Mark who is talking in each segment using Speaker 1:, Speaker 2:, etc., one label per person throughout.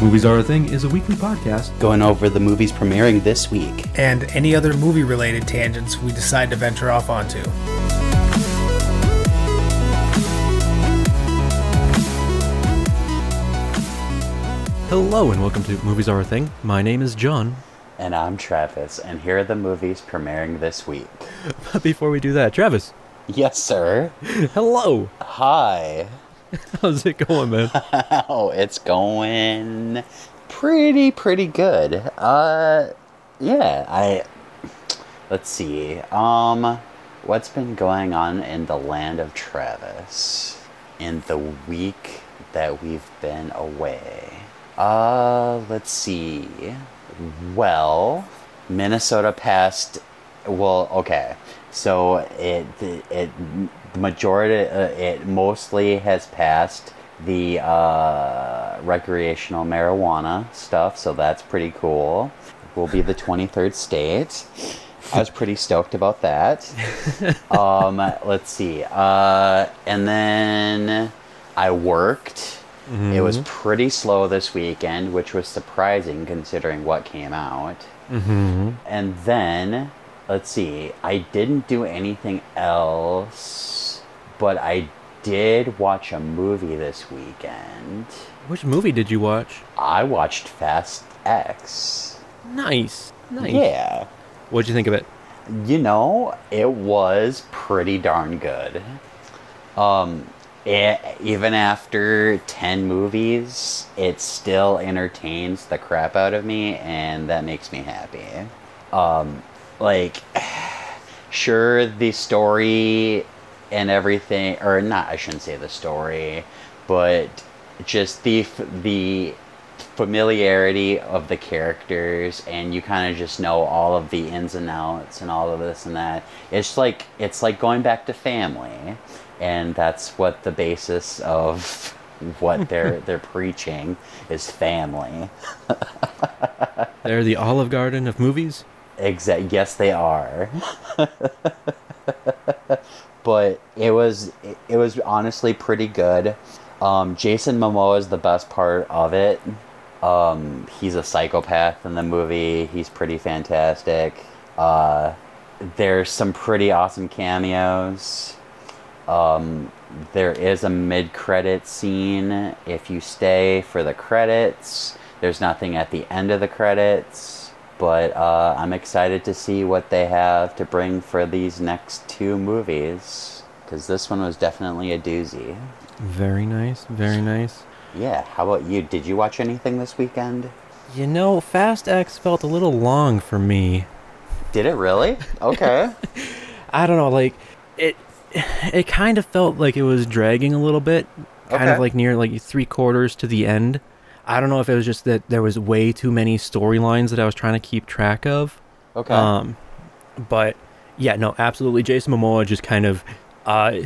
Speaker 1: Movies Are a Thing is a weekly podcast.
Speaker 2: going over the movies premiering this week.
Speaker 3: and any other movie related tangents we decide to venture off onto.
Speaker 1: Hello and welcome to Movies Are a Thing. My name is John.
Speaker 2: And I'm Travis, and here are the movies premiering this week.
Speaker 1: But before we do that, Travis,
Speaker 2: Yes, sir.
Speaker 1: hello.
Speaker 2: Hi.
Speaker 1: How's it going, man?
Speaker 2: Oh, it's going pretty, pretty good. Uh, yeah, I. Let's see. Um, what's been going on in the land of Travis in the week that we've been away? Uh, let's see. Well, Minnesota passed. Well, okay. So it it the majority uh, it mostly has passed the uh, recreational marijuana stuff. So that's pretty cool. We'll be the twenty third state. I was pretty stoked about that. um, let's see. Uh, and then I worked. It was pretty slow this weekend, which was surprising considering what came out. And then, let's see, I didn't do anything else, but I did watch a movie this weekend.
Speaker 1: Which movie did you watch?
Speaker 2: I watched Fast X.
Speaker 1: Nice. Nice.
Speaker 2: Yeah.
Speaker 1: What'd you think of it?
Speaker 2: You know, it was pretty darn good. Um, e- even after 10 movies, it still entertains the crap out of me, and that makes me happy. Um, like, sure, the story and everything, or not, I shouldn't say the story, but just the, f- the familiarity of the characters and you kind of just know all of the ins and outs and all of this and that it's like it's like going back to family and that's what the basis of what they're they're preaching is family
Speaker 1: They're the Olive Garden of movies.
Speaker 2: Exact. Yes, they are. but it was it was honestly pretty good. Um, Jason Momoa is the best part of it. Um, he's a psychopath in the movie. He's pretty fantastic. Uh, there's some pretty awesome cameos. Um, there is a mid-credit scene. If you stay for the credits, there's nothing at the end of the credits. But uh, I'm excited to see what they have to bring for these next two movies, because this one was definitely a doozy.
Speaker 1: Very nice. Very nice.
Speaker 2: Yeah. How about you? Did you watch anything this weekend?
Speaker 1: You know, Fast X felt a little long for me.
Speaker 2: Did it really? Okay.
Speaker 1: I don't know, like it it kind of felt like it was dragging a little bit, kind of
Speaker 2: Okay.
Speaker 1: like near like three quarters to the end. I don't know if it was just that there was way too many storylines that I was trying to keep track of.
Speaker 2: Okay.
Speaker 1: Um, but yeah, no, absolutely. Jason Momoa just kind of, uh,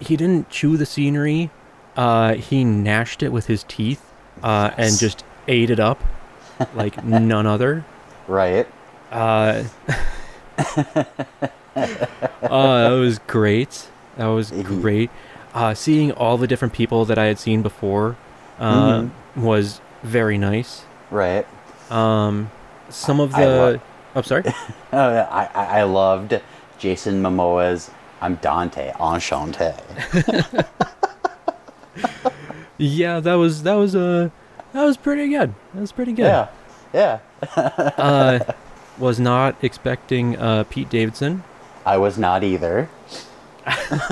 Speaker 1: he didn't chew the scenery. Uh, he gnashed it with his teeth, uh, and
Speaker 2: Yes.
Speaker 1: just ate it up like none other.
Speaker 2: right.
Speaker 1: Uh, uh, that was great. That was
Speaker 2: Mhm.
Speaker 1: great. Uh, seeing all the different people that I had seen before uh,
Speaker 2: Mhm.
Speaker 1: was very nice.
Speaker 2: Right.
Speaker 1: Um, some of
Speaker 2: I- I lo-
Speaker 1: the. I'm sorry.
Speaker 2: Oh, I, I I loved Jason Momoa's "I'm Dante, Enchanté."
Speaker 1: yeah, that was that was uh, that was pretty good. That was pretty good.
Speaker 2: Yeah, yeah.
Speaker 1: Uh, was not expecting uh, Pete Davidson.
Speaker 2: I was not either.
Speaker 1: that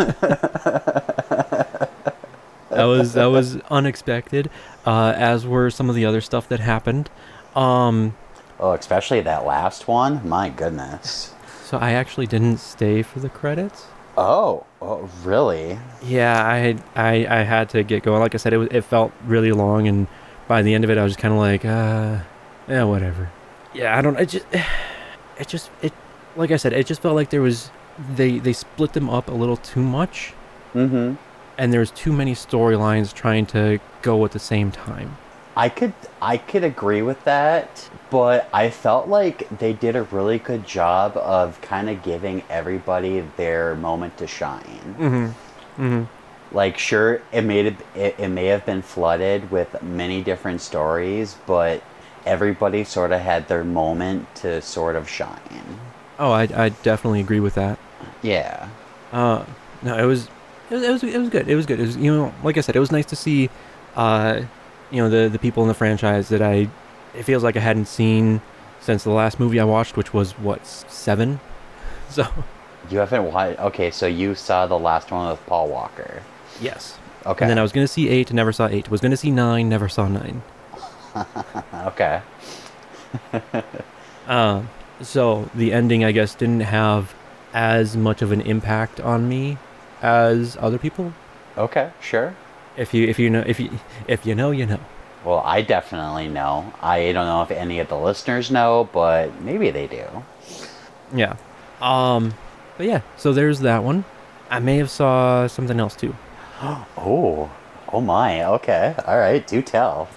Speaker 1: was that was unexpected. Uh, as were some of the other stuff that happened. Um,
Speaker 2: Oh, especially that last one. My goodness.
Speaker 1: So I actually didn't stay for the credits.
Speaker 2: Oh, oh really?
Speaker 1: Yeah, I had I, I had to get going. Like I said, it was, it felt really long, and by the end of it, I was just kind of like, uh, yeah, whatever. Yeah, I don't. It just it just it like I said, it just felt like there was they they split them up a little too much,
Speaker 2: Mm-hmm.
Speaker 1: and there was too many storylines trying to go at the same time.
Speaker 2: I could I could agree with that, but I felt like they did a really good job of kind of giving everybody their moment to shine.
Speaker 1: Mm-hmm. Mm-hmm.
Speaker 2: Like, sure, it may have, it, it may have been flooded with many different stories, but everybody sort of had their moment to sort of shine.
Speaker 1: Oh, I, I definitely agree with that.
Speaker 2: Yeah.
Speaker 1: Uh, no, it was, it was, it was, it was good. It was good. It was, you know, like I said, it was nice to see, uh, you know, the the people in the franchise that I, it feels like I hadn't seen since the last movie I watched, which was what seven. So
Speaker 2: You haven't watched. Okay, so you saw the last one with Paul Walker.
Speaker 1: yes.
Speaker 2: Okay.
Speaker 1: And then I was gonna see eight, never saw eight. Was gonna see nine, never saw nine.
Speaker 2: Uh, Okay.
Speaker 1: Um, so the ending, I guess, didn't have as much of an impact on me as other people.
Speaker 2: Okay, sure.
Speaker 1: If you if you know if you if you know you know.
Speaker 2: Well, I definitely know. I don't know if any of the listeners know, but maybe they do.
Speaker 1: Yeah. Um, but yeah. So there's that one. I may have saw something else too.
Speaker 2: Oh, oh my. Okay. All right. Do tell.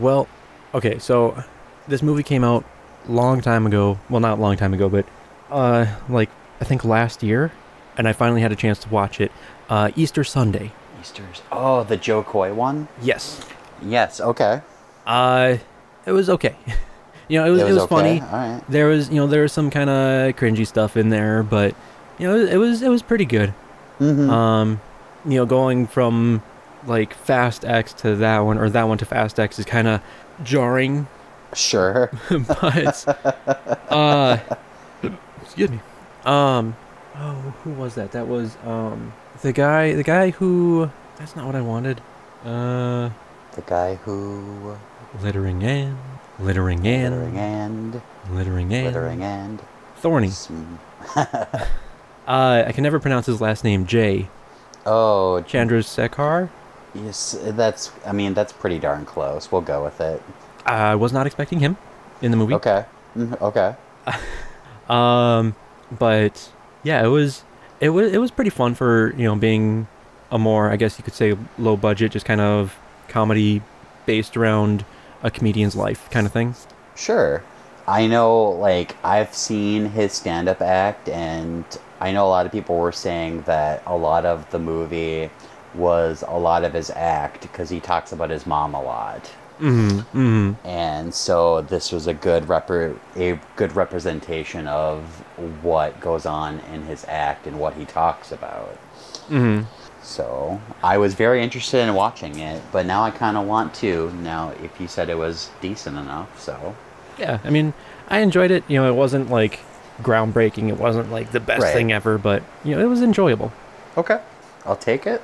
Speaker 1: Well, okay. So this movie came out long time ago. Well, not long time ago, but uh, like I think last year, and I finally had a chance to watch it. Uh, Easter Sunday.
Speaker 2: Easter's. Oh, the Joe Coy one?
Speaker 1: Yes.
Speaker 2: Yes. Okay.
Speaker 1: Uh, it was okay. you know, it was it was, funny.
Speaker 2: All right.
Speaker 1: There was you know there was some kind of cringy stuff in there, but you know it was it was pretty good.
Speaker 2: Mm-hmm.
Speaker 1: um you know going from like fast x to that one or that one to fast x is kind of jarring
Speaker 2: sure.
Speaker 1: but uh excuse me um oh who was that that was um the guy the guy who that's not what i wanted uh
Speaker 2: the guy who.
Speaker 1: littering and littering and
Speaker 2: Littering and.
Speaker 1: littering and
Speaker 2: Littering and.
Speaker 1: thorny
Speaker 2: sm-
Speaker 1: uh i can never pronounce his last name jay
Speaker 2: Oh,
Speaker 1: chandrasekhar Uh,
Speaker 2: yes. That's. I mean, that's pretty darn close. We'll go with it.
Speaker 1: i was not expecting him in the movie
Speaker 2: Okay. Mhm, Okay.
Speaker 1: Um, but yeah, it was it was it was pretty fun for you know being a more I guess you could say low budget, just kind of comedy based around a comedian's life kind of thing.
Speaker 2: Sure. I know, like, I've seen his stand up act, and I know a lot of people were saying that a lot of the movie was a lot of his act because he talks about his mom a lot.
Speaker 1: Mm-hmm. Mm-hmm.
Speaker 2: And so this was a good repre- a good representation of what goes on in his act and what he talks about.
Speaker 1: Mm-hmm.
Speaker 2: So I was very interested in watching it, but now I kind of want to. Now, if you said it was decent enough, so
Speaker 1: Yeah, I mean, I enjoyed it. You know, it wasn't like groundbreaking. It wasn't like the best
Speaker 2: Right.
Speaker 1: thing ever, but you know, it was enjoyable.
Speaker 2: Okay. I'll take it.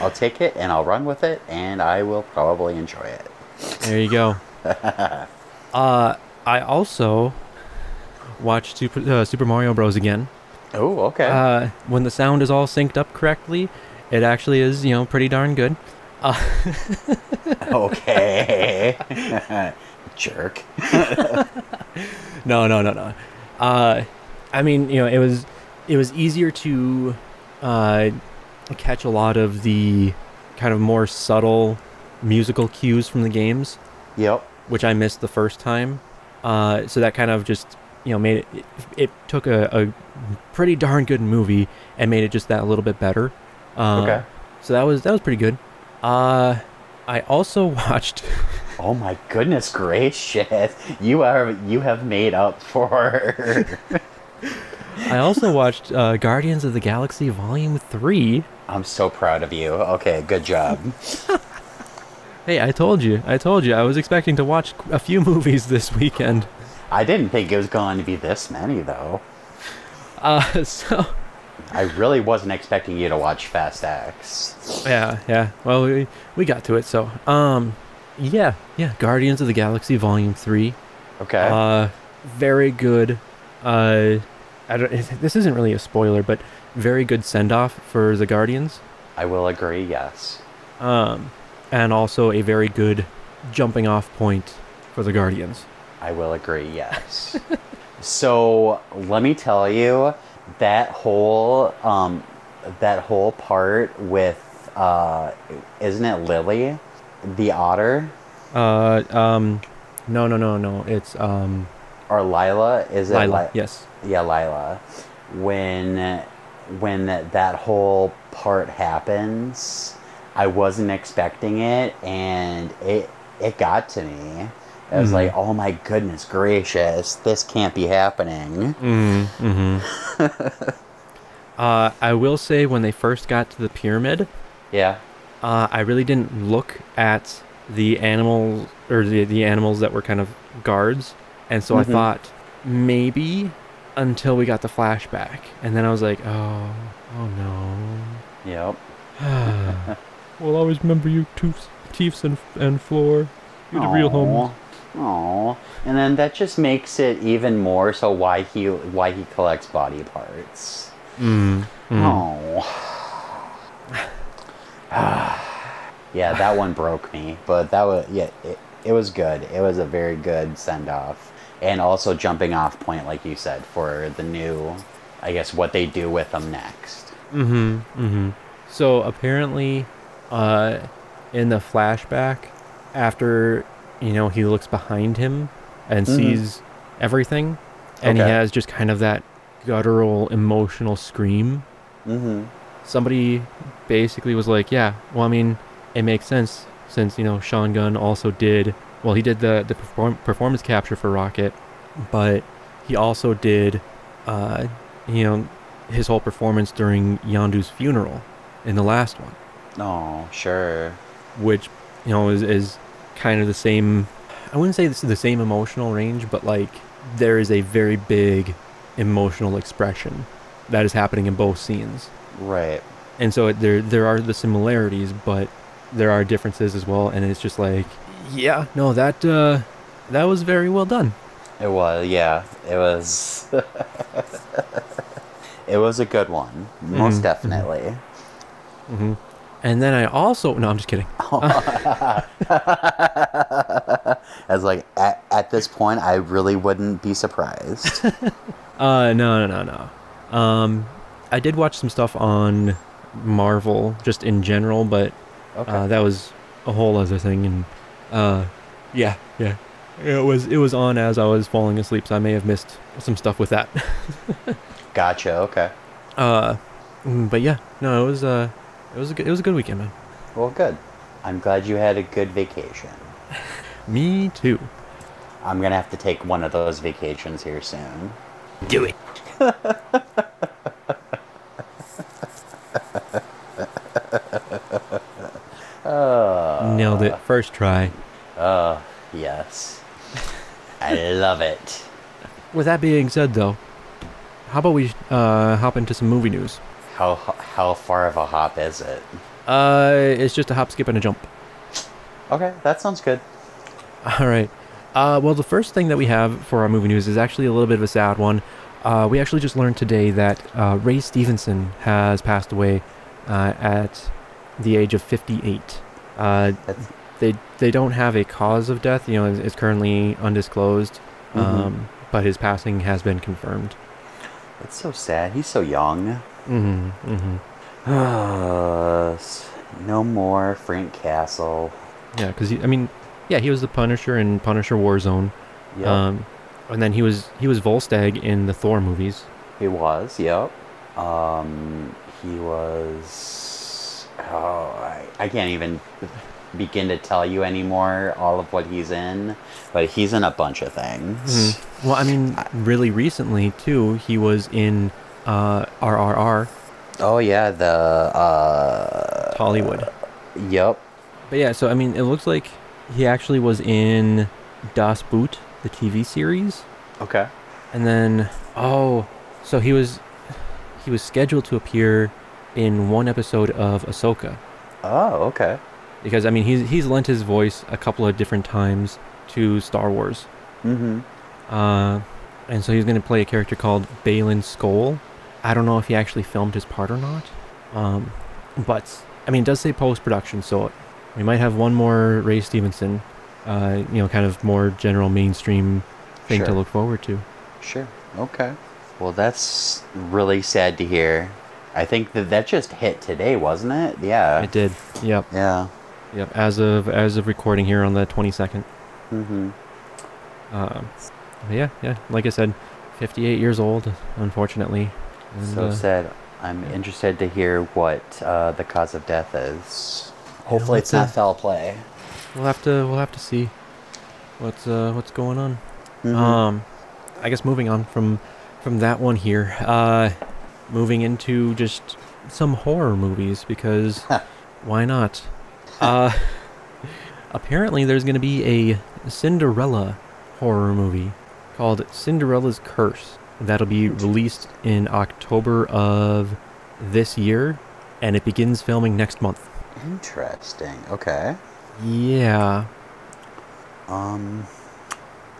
Speaker 2: I'll take it and I'll run with it and I will probably enjoy it.
Speaker 1: There you go. uh, I also watched Super uh, Super Mario Bros. again.
Speaker 2: Oh, okay.
Speaker 1: uh, when the sound is all synced up correctly, it actually is, you know, pretty darn good.
Speaker 2: okay. Jerk.
Speaker 1: No, no, no, no. Uh, I mean, you know, it was it was easier to uh, catch a lot of the kind of more subtle musical cues from the games,
Speaker 2: Yep.
Speaker 1: which I missed the first time. Uh, so that kind of just you know made it it, it took a, a pretty darn good movie and made it just that little bit better. Uh,
Speaker 2: Okay.
Speaker 1: So that was that was pretty good. Uh, I also watched.
Speaker 2: Oh my goodness gracious. You are you have made up for
Speaker 1: I also watched uh, Guardians of the Galaxy Volume Three.
Speaker 2: I'm so proud of you. Okay, good job.
Speaker 1: Hey, I told you, I told you, I was expecting to watch a few movies this weekend.
Speaker 2: I didn't think it was going to be this many though.
Speaker 1: Uh, so
Speaker 2: I really wasn't expecting you to watch Fast X.
Speaker 1: yeah, yeah. Well, we we got to it. So um, yeah, yeah. Guardians of the Galaxy Volume Three.
Speaker 2: Okay.
Speaker 1: Uh, very good. Uh, I don't. This isn't really a spoiler, but very good send off for the Guardians.
Speaker 2: I will agree, yes.
Speaker 1: um, and also a very good jumping off point for the Guardians.
Speaker 2: I will agree, yes. so let me tell you that whole um, that whole part with uh, isn't it Lily, the otter,
Speaker 1: Uh, um, no, no, no, no. It's um,
Speaker 2: or Lila? Is it
Speaker 1: Lila.
Speaker 2: Li-
Speaker 1: yes.
Speaker 2: yeah, Lila. When when that whole part happens, I wasn't expecting it, and it it got to me. I was like, "Oh my goodness gracious, this can't be happening."
Speaker 1: Mm, hmm uh, I will say when they first got to the pyramid,
Speaker 2: Yeah,
Speaker 1: uh, I really didn't look at the animals or the, the animals that were kind of guards, and so
Speaker 2: Mhm.
Speaker 1: I thought maybe until we got the flashback, and then I was like, oh, oh no.
Speaker 2: yep.
Speaker 1: we'll always remember you, Teefs, Teefs and and Floor. You're the real homies.
Speaker 2: Oh, and then that just makes it even more so why he why he collects body parts.
Speaker 1: Mm, mm.
Speaker 2: Oh. yeah, that one broke me, but that was yeah, it, it was good. It was a very good send off, and also jumping off point, like you said, for the new, I guess what they do with them next.
Speaker 1: hmm hmm So apparently, uh, in the flashback, after you know he looks behind him and
Speaker 2: Mhm.
Speaker 1: sees everything, and he
Speaker 2: Okay.
Speaker 1: has just kind of that guttural emotional scream.
Speaker 2: Mm-hmm.
Speaker 1: Somebody basically was like, "Yeah, well, I mean, it makes sense since you know Sean Gunn also did well. He did the the perform- performance capture for Rocket, but he also did, uh, you know, his whole performance during Yondu's funeral in the last one,
Speaker 2: Oh, sure.
Speaker 1: which you know is, is kind of the same. I wouldn't say this is the same emotional range, but like there is a very big emotional expression that is happening in both scenes,
Speaker 2: Right.
Speaker 1: and so it, there there are the similarities, but there are differences as well. And it's just like, yeah, no, that uh, that was very well done.
Speaker 2: It was, yeah. It was. it was a good one, most
Speaker 1: Mhm.
Speaker 2: definitely.
Speaker 1: hmm And then I also no, I'm just kidding.
Speaker 2: As like at, at this point, I really wouldn't be surprised.
Speaker 1: Uh, no, no, no, no. Um, I did watch some stuff on Marvel just in general, but uh, that was a whole other thing. And uh, yeah, yeah, it was it was on as I was falling asleep, so I may have missed some stuff with that.
Speaker 2: gotcha. Okay.
Speaker 1: uh, mm, but yeah, no, it was uh, it was a good, it was a good weekend, man.
Speaker 2: Well, good. I'm glad you had a good vacation.
Speaker 1: Me too.
Speaker 2: I'm gonna have to take one of those vacations here soon.
Speaker 1: Do it. Nailed it first try.
Speaker 2: Oh, yes. I love it.
Speaker 1: With that being said, though, how about we uh, hop into some movie news?
Speaker 2: How how far of a hop is it?
Speaker 1: Uh, it's just a hop, skip, and a jump.
Speaker 2: Okay, that sounds good.
Speaker 1: All right. Uh, well, the first thing that we have for our movie news is actually a little bit of a sad one. Uh, we actually just learned today that uh, Ray Stevenson has passed away uh, at the age of 58. Uh,
Speaker 2: That's-
Speaker 1: they they don't have a cause of death. You know, it's, it's currently undisclosed,
Speaker 2: Mhm.
Speaker 1: um, but his passing has been confirmed.
Speaker 2: It's so sad. He's so young. Mm-hmm.
Speaker 1: hmm hmm
Speaker 2: no more Frank Castle.
Speaker 1: Yeah, because I mean, yeah, he was the Punisher in Punisher Warzone,
Speaker 2: Yep,
Speaker 1: um, and then he was he was Volstagg in the Thor movies.
Speaker 2: he was. Yep. Um, he was. Oh, I, I can't even begin to tell you anymore all of what he's in, but he's in a bunch of things.
Speaker 1: Well, I mean, really recently too, he was in uh, RRR
Speaker 2: Oh yeah, the uh,
Speaker 1: Hollywood.
Speaker 2: yep.
Speaker 1: But yeah, so I mean, it looks like he actually was in Das Boot, the TV series,
Speaker 2: Okay.
Speaker 1: and then oh, so he was he was scheduled to appear in one episode of Ahsoka
Speaker 2: Oh, okay.
Speaker 1: because I mean he's he's lent his voice a couple of different times to Star Wars,
Speaker 2: Mm-hmm.
Speaker 1: uh, and so he's going to play a character called Balin Skoll. I don't know if he actually filmed his part or not, um, but I mean, it does say post production, so we might have one more Ray Stevenson, uh, you know, kind of more general mainstream thing to
Speaker 2: Sure.
Speaker 1: look forward to.
Speaker 2: Sure. Okay. Well, that's really sad to hear. I think that that just hit today, wasn't it? Yeah.
Speaker 1: It did. Yep.
Speaker 2: Yeah.
Speaker 1: Yep. As of as of recording here on the twenty second.
Speaker 2: Mm-hmm.
Speaker 1: Um, yeah. Yeah. Like I said, fifty eight years old, unfortunately. And,
Speaker 2: So
Speaker 1: uh,
Speaker 2: sad. I'm interested to hear what uh, the cause of death is. Hopefully, it's not
Speaker 1: that's a-
Speaker 2: foul play.
Speaker 1: We'll have to we'll have to see what's uh, what's going on.
Speaker 2: Mhm.
Speaker 1: Um, I guess moving on from from that one here, uh, moving into just some horror movies because why not? Uh, apparently, there's going to be a Cinderella horror movie called Cinderella's Curse that'll be released in October of this year, and it begins filming next month.
Speaker 2: Interesting. Okay.
Speaker 1: Yeah,
Speaker 2: Um,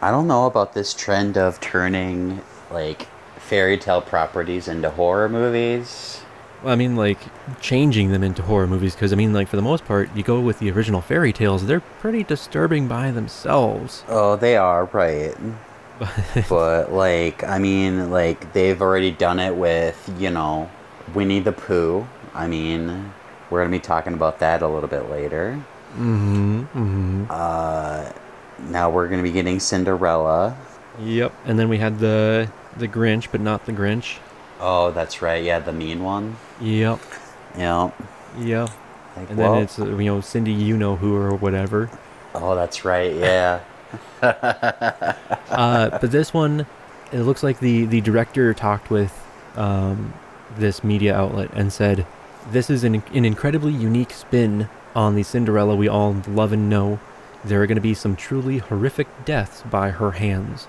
Speaker 2: I don't know about this trend of turning like fairy tale properties into horror movies.
Speaker 1: Well, I mean, like changing them into horror movies because I mean, like for the most part, you go with the original fairy tales; they're pretty disturbing by themselves.
Speaker 2: Oh, they are right. but like, I mean, like they've already done it with you know Winnie the Pooh. I mean, we're gonna be talking about that a little bit later.
Speaker 1: Mm-hmm. mm-hmm.
Speaker 2: Uh, now we're gonna be getting Cinderella.
Speaker 1: Yep. And then we had the the Grinch, but not the Grinch.
Speaker 2: Oh, that's right. Yeah, the mean one.
Speaker 1: Yep.
Speaker 2: Yeah.
Speaker 1: Yep.
Speaker 2: Like,
Speaker 1: And
Speaker 2: well-
Speaker 1: then it's uh, you know Cindy, you know who or whatever.
Speaker 2: oh, that's right. Yeah.
Speaker 1: uh, but this one, it looks like the the director talked with um, this media outlet and said, "This is an an incredibly unique spin on the Cinderella we all love and know. There are going to be some truly horrific deaths by her hands."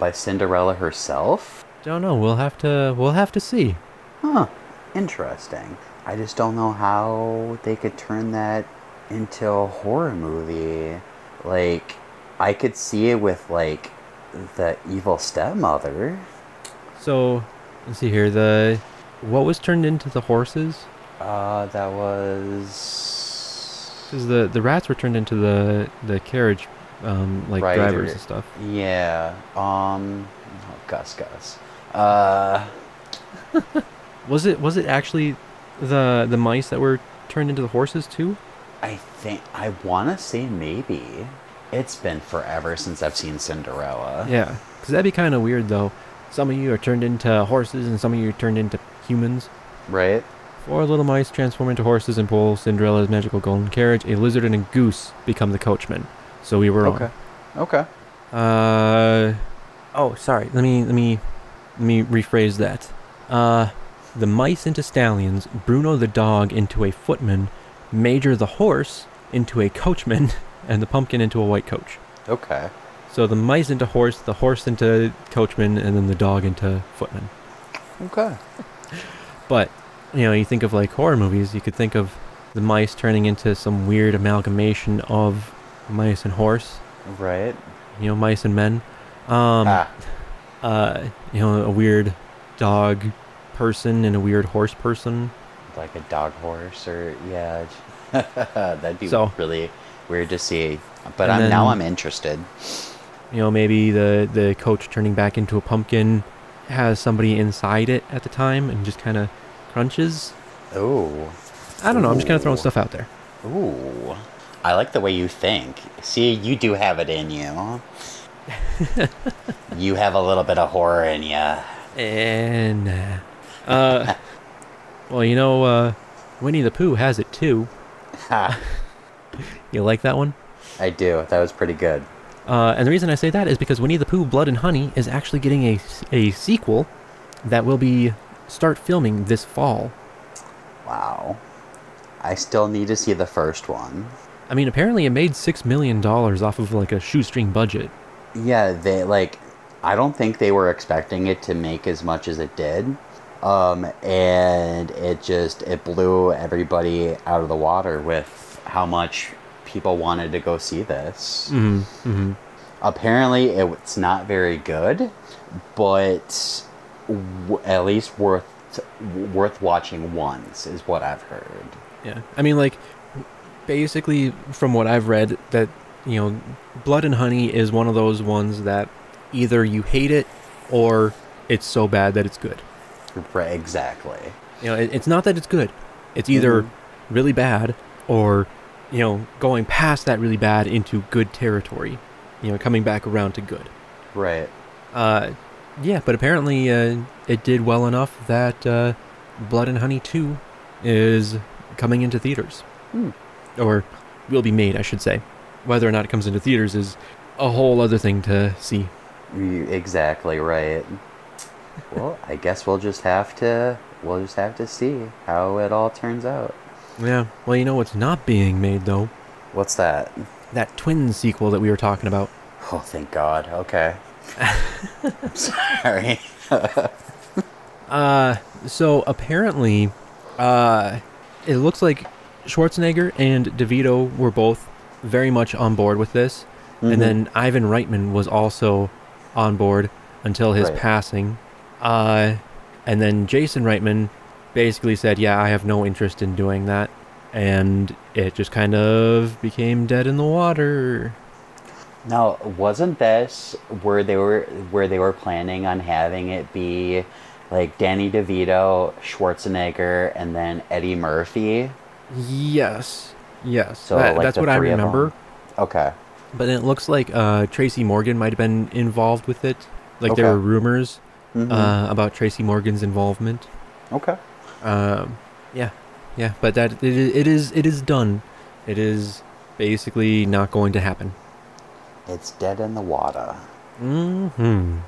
Speaker 2: By Cinderella herself?
Speaker 1: Don't know. We'll have to we'll have to see.
Speaker 2: Huh. Interesting. I just don't know how they could turn that into a horror movie. Like, I could see it with, like, the evil stepmother.
Speaker 1: So, let's see here. The what was turned into the horses
Speaker 2: Uh, that was.
Speaker 1: because the the rats were turned into the the carriage um, like
Speaker 2: Right,
Speaker 1: drivers
Speaker 2: or-
Speaker 1: and stuff.
Speaker 2: Yeah. Um. oh, Gus Gus. Uh.
Speaker 1: Was it was it actually the the mice that were turned into the horses too?
Speaker 2: I think. I want to say maybe. It's been forever since I've seen Cinderella.
Speaker 1: Yeah, because that'd be kind of weird though. Some of you are turned into horses and some of you are turned into humans.
Speaker 2: Right?
Speaker 1: Four little mice transform into horses and pull Cinderella's magical golden carriage. A lizard and a goose become the coachman. So we were wrong.
Speaker 2: Okay. Okay.
Speaker 1: Uh, oh, sorry. Let me let me let me rephrase that. Uh, the mice into stallions, Bruno the dog into a footman, Major the horse into a coachman, and the pumpkin into a white coach.
Speaker 2: Okay.
Speaker 1: So the mice into horse, the horse into coachman, and then the dog into footman.
Speaker 2: Okay.
Speaker 1: But you know, you think of like horror movies, you could think of the mice turning into some weird amalgamation of mice and horse,
Speaker 2: Right.
Speaker 1: you know, mice and men. Um,
Speaker 2: ah.
Speaker 1: uh, you know, a weird dog person and a weird horse person.
Speaker 2: Like a dog horse or yeah. That'd be
Speaker 1: So-
Speaker 2: really weird to see. But
Speaker 1: And
Speaker 2: I'm now
Speaker 1: then-
Speaker 2: I'm interested.
Speaker 1: You know, maybe the the coach turning back into a pumpkin has somebody inside it at the time and just kind of crunches.
Speaker 2: Ooh.
Speaker 1: I don't know. I'm just kind of throwing
Speaker 2: Ooh.
Speaker 1: stuff out there.
Speaker 2: Ooh. I like the way you think. See, you do have it in you. you have a little bit of horror in you.
Speaker 1: And uh, uh, well, you know, uh, Winnie the Pooh has it too.
Speaker 2: Ha.
Speaker 1: You like that one?
Speaker 2: I do. That was pretty good.
Speaker 1: Uh, and the reason I say that is because Winnie the Pooh Blood and Honey is actually getting a, s- a sequel that will be start filming this fall.
Speaker 2: Wow. I still need to see the first one.
Speaker 1: I mean, apparently it made six million dollars off of like a shoestring budget.
Speaker 2: Yeah, they like. I don't think they were expecting it to make as much as it did, um, and it just it blew everybody out of the water with how much people wanted to go see this.
Speaker 1: Mm-hmm. mm-hmm.
Speaker 2: Apparently, it's not very good, but w- at least worth worth watching once is what I've heard.
Speaker 1: Yeah. I mean, like, basically, from what I've read, that you know, Blood and Honey is one of those ones that either you hate it or it's so bad that it's good.
Speaker 2: Right, exactly.
Speaker 1: You know, it, it's not that it's good. It's either
Speaker 2: Mhm.
Speaker 1: really bad or you know, going past that really bad into good territory. You know, coming back around to good.
Speaker 2: Right.
Speaker 1: Uh, yeah, but apparently uh, it did well enough that uh, Blood and Honey 2 is coming into theaters.
Speaker 2: Hmm.
Speaker 1: Or will be made, I should say. Whether or not it comes into theaters is a whole other thing to see.
Speaker 2: You Mm, exactly right. Well, I guess we'll just have to we'll just have to see how it all turns out.
Speaker 1: Yeah. Well, you know what's not being made, though?
Speaker 2: What's that?
Speaker 1: That twin sequel that we were talking about.
Speaker 2: Oh, thank God. Okay. I'm sorry.
Speaker 1: Uh, so apparently, uh, it looks like Schwarzenegger and DeVito were both very much on board with this,
Speaker 2: Mhm.
Speaker 1: and then Ivan Reitman was also on board until his
Speaker 2: Right.
Speaker 1: passing. Uh, and then Jason Reitman basically said, "Yeah, I have no interest in doing that," and it just kind of became dead in the water.
Speaker 2: Now, wasn't this where they were where they were planning on having it be like Danny DeVito, Schwarzenegger, and then Eddie Murphy?
Speaker 1: Yes, yes,
Speaker 2: So,
Speaker 1: that-
Speaker 2: like,
Speaker 1: that's
Speaker 2: the
Speaker 1: what I
Speaker 2: three of 'em.
Speaker 1: remember.
Speaker 2: Okay.
Speaker 1: But it looks like uh, Tracy Morgan might have been involved with it. Like there
Speaker 2: Okay.
Speaker 1: were rumors
Speaker 2: Mhm.
Speaker 1: uh, about Tracy Morgan's involvement.
Speaker 2: okay.
Speaker 1: Um, yeah, yeah. But that it, i- it is it is done. It is basically not going to happen.
Speaker 2: It's dead in the water.
Speaker 1: Hmm.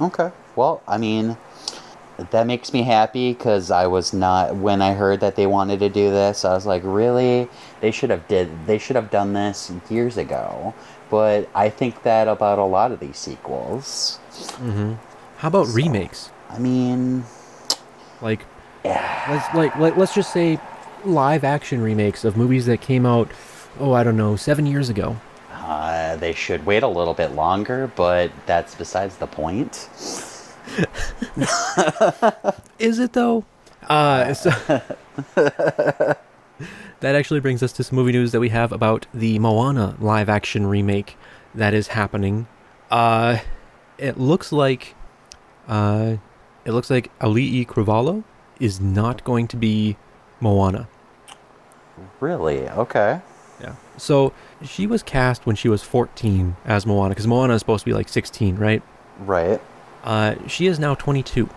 Speaker 2: Okay. Well, I mean, that makes me happy because I was not when I heard that they wanted to do this. I was like, really? They should have did. They should have done this years ago. But I think that about a lot of these sequels.
Speaker 1: Mm-hmm. How about remakes?
Speaker 2: I mean,
Speaker 1: Like
Speaker 2: yeah,
Speaker 1: let's like let, let's just say live action remakes of movies that came out oh I don't know seven years ago.
Speaker 2: uh, they should wait a little bit longer. But that's besides the point.
Speaker 1: Is it though? Uh, so that actually brings us to some movie news that we have about the Moana live action remake that is happening. Uh, it looks like, uh, it looks like Ali'i Cravallo is not going to be Moana.
Speaker 2: Really? Okay.
Speaker 1: Yeah. So she was cast when she was 14 as Moana, because Moana is supposed to be like 16, right?
Speaker 2: Right.
Speaker 1: Uh, she is now 22,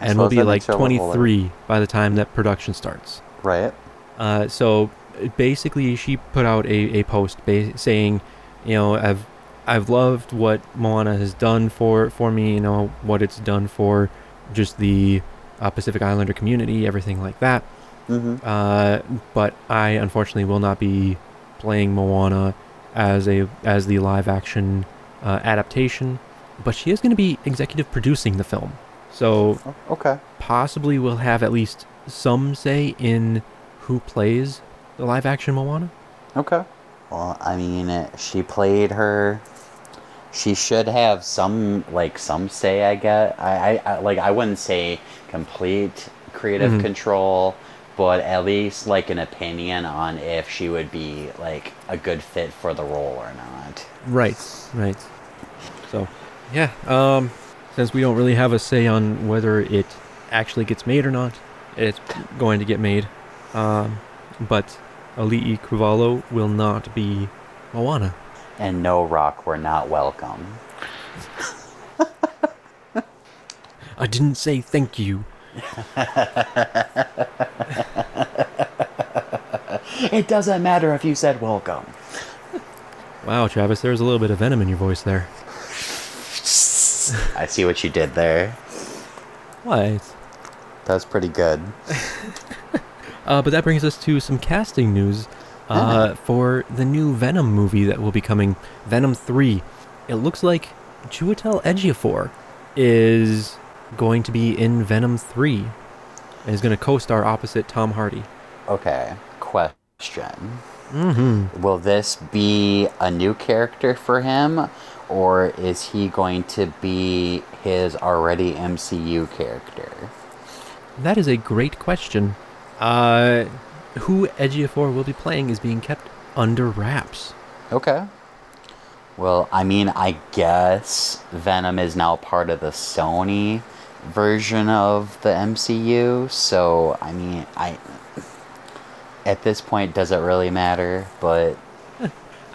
Speaker 1: and
Speaker 2: suppose
Speaker 1: will be
Speaker 2: that
Speaker 1: like
Speaker 2: makes her a little older.
Speaker 1: 23 by the time that production starts.
Speaker 2: Right.
Speaker 1: Uh, so basically, she put out a, a post ba- saying, you know, I've I've loved what Moana has done for for me. You know what it's done for just the uh, Pacific Islander community, everything like that.
Speaker 2: Mm-hmm.
Speaker 1: Uh, but I unfortunately will not be playing Moana as a as the live action uh, adaptation. But she is going to be executive producing the film, so
Speaker 2: Okay.
Speaker 1: possibly will have at least some say in who plays the live action Moana.
Speaker 2: Okay. Well, I mean, uh, she played her. She should have some, like, some say. I get. I, I, I like. I wouldn't say complete creative
Speaker 1: Mhm.
Speaker 2: control, but at least like an opinion on if she would be like a good fit for the role or not.
Speaker 1: Right, right. So, yeah, um, since we don't really have a say on whether it actually gets made or not, it's going to get made. Um, but Ali'i Cravallo will not be Moana.
Speaker 2: And no, Rock, we're not welcome.
Speaker 1: I didn't say thank you.
Speaker 2: It doesn't matter if you said welcome.
Speaker 1: Wow, Travis, there was a little bit of venom in your voice there.
Speaker 2: I see what you did there.
Speaker 1: What?
Speaker 2: That was pretty good.
Speaker 1: Uh, but that brings us to some casting news uh, for the new Venom movie that will be coming, Venom 3. It looks like Chiwetel Ejiofor is going to be in Venom 3 and is going to co-star opposite Tom Hardy.
Speaker 2: Okay. Question.
Speaker 1: Mm-hmm.
Speaker 2: Will this be a new character for him, or is he going to be his already MCU character?
Speaker 1: That is a great question. Uh, who Ejiofor will be playing is being kept under wraps.
Speaker 2: Okay. Well, I mean, I guess Venom is now part of the Sony version of the MCU, so I mean, I at this point does it really matter? But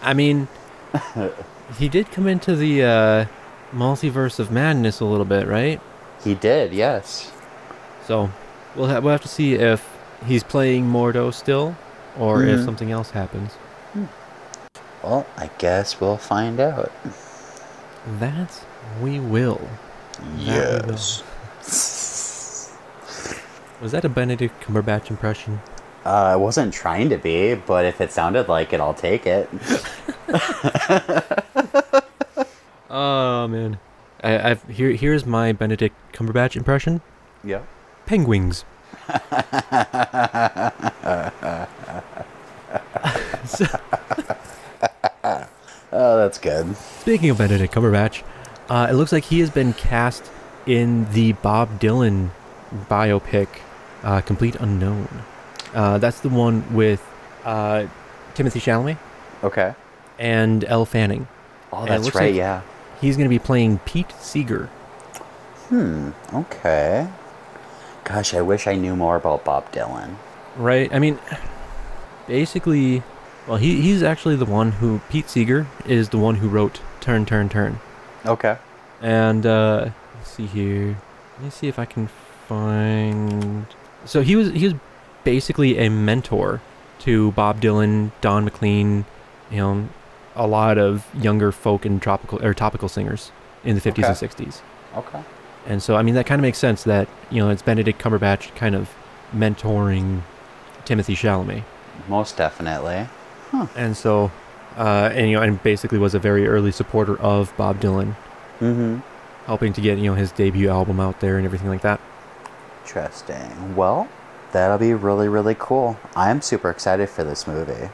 Speaker 1: I mean, he did come into the uh, multiverse of madness a little bit, right?
Speaker 2: he did, yes.
Speaker 1: So, We'll, ha- we'll have to see if he's playing Mordo still, or if
Speaker 2: Mhm.
Speaker 1: something else happens.
Speaker 2: Well, I guess we'll find out.
Speaker 1: That we will. That we will. Was that a Benedict Cumberbatch impression?
Speaker 2: Uh, I wasn't trying to be, but if it sounded like it, I'll take it.
Speaker 1: Oh man, I, I've here. Here's my Benedict Cumberbatch impression.
Speaker 2: Yeah.
Speaker 1: Penguins. So,
Speaker 2: Oh, that's good.
Speaker 1: speaking of Benedict Cumberbatch, uh, it looks like he has been cast in the Bob Dylan biopic, uh, Complete Unknown. Uh, that's the one with uh, Timothy Chalamet
Speaker 2: Okay.
Speaker 1: and Elle Fanning.
Speaker 2: Oh,
Speaker 1: It
Speaker 2: that's
Speaker 1: looks
Speaker 2: right.
Speaker 1: like-
Speaker 2: yeah.
Speaker 1: He's going to be playing Pete Seeger.
Speaker 2: Hmm. Okay. Gosh, I wish I knew more about Bob Dylan.
Speaker 1: Right. I mean, basically, well, he, he's actually the one who Pete Seeger is the one who wrote "Turn, Turn, Turn."
Speaker 2: Okay.
Speaker 1: And uh, let's see here. Let me see if I can find. So he was he was basically a mentor to Bob Dylan, Don McLean, you know, a lot of younger folk and tropical or topical singers in the 50s
Speaker 2: Okay.
Speaker 1: and 60s.
Speaker 2: Okay.
Speaker 1: And so I mean that kind of makes sense that you know it's Benedict Cumberbatch kind of mentoring Timothy Chalamet.
Speaker 2: Most definitely.
Speaker 1: and so uh, and you know and basically was a very early supporter of Bob Dylan,
Speaker 2: Mm-hmm.
Speaker 1: helping to get you know his debut album out there and everything like that.
Speaker 2: Interesting. Well, that'll be really, really cool. I'm super excited for this movie.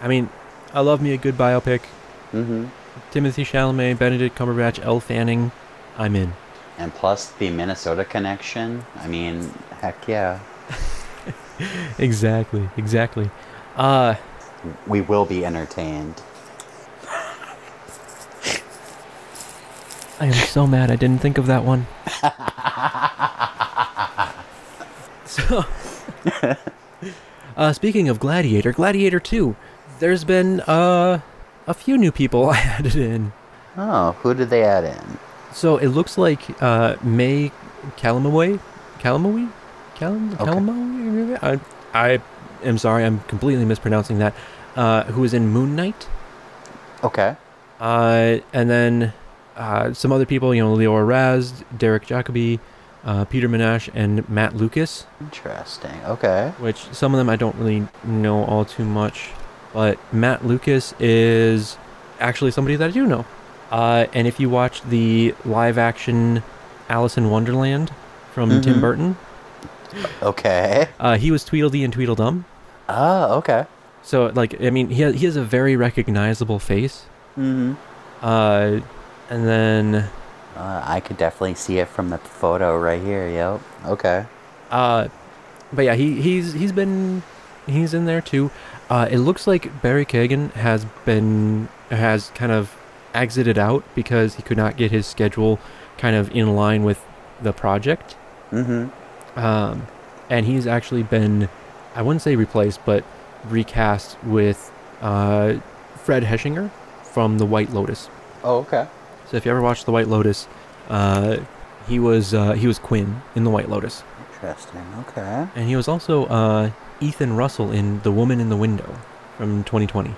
Speaker 1: I mean, I love me a good biopic.
Speaker 2: Mm-hmm.
Speaker 1: Timothy Chalamet, Benedict Cumberbatch, Elle Fanning, I'm in.
Speaker 2: And plus the Minnesota connection. I mean, heck yeah.
Speaker 1: Exactly, exactly. Uh,
Speaker 2: We will be entertained.
Speaker 1: I am so mad I didn't think of that one. so, uh, speaking of Gladiator, Gladiator 2, there's been uh, a few new people added in.
Speaker 2: Oh, who did they add in?
Speaker 1: So it looks like uh, May Calamaway, Calamaway, Calam,
Speaker 2: Okay.
Speaker 1: Calamaway. I, I am sorry, I'm completely mispronouncing that. Uh, who is in Moon Knight?
Speaker 2: Okay.
Speaker 1: Uh, and then uh, some other people, you know, Leora Raz, Derek Jacobi, uh, Peter Minash, and Matt Lucas.
Speaker 2: Interesting. Okay.
Speaker 1: Which some of them I don't really know all too much, but Matt Lucas is actually somebody that I do know. Uh, and if you watch the live-action Alice in Wonderland from Tim
Speaker 2: Mhm.
Speaker 1: Burton,
Speaker 2: Okay.
Speaker 1: uh, he was Tweedledee and Tweedledum.
Speaker 2: Oh, okay.
Speaker 1: So, like, I mean, he has, he has a very recognizable face.
Speaker 2: Mm-hmm.
Speaker 1: Uh, and then
Speaker 2: Uh, I could definitely see it from the photo right here. Yep. Okay.
Speaker 1: Uh, but yeah, he, he's he's been he's in there too. Uh, it looks like Barry Kagan has been has kind of exited out because he could not get his schedule kind of in line with the project.
Speaker 2: Mm-hmm.
Speaker 1: Um, and he's actually been I wouldn't say replaced, but recast with uh, Fred Heshinger from The White Lotus.
Speaker 2: Oh, okay.
Speaker 1: So if you ever watched The White Lotus, uh, he was uh, he was Quinn in The White Lotus.
Speaker 2: Interesting. Okay.
Speaker 1: And he was also uh, Ethan Russell in The Woman in the Window from 2020.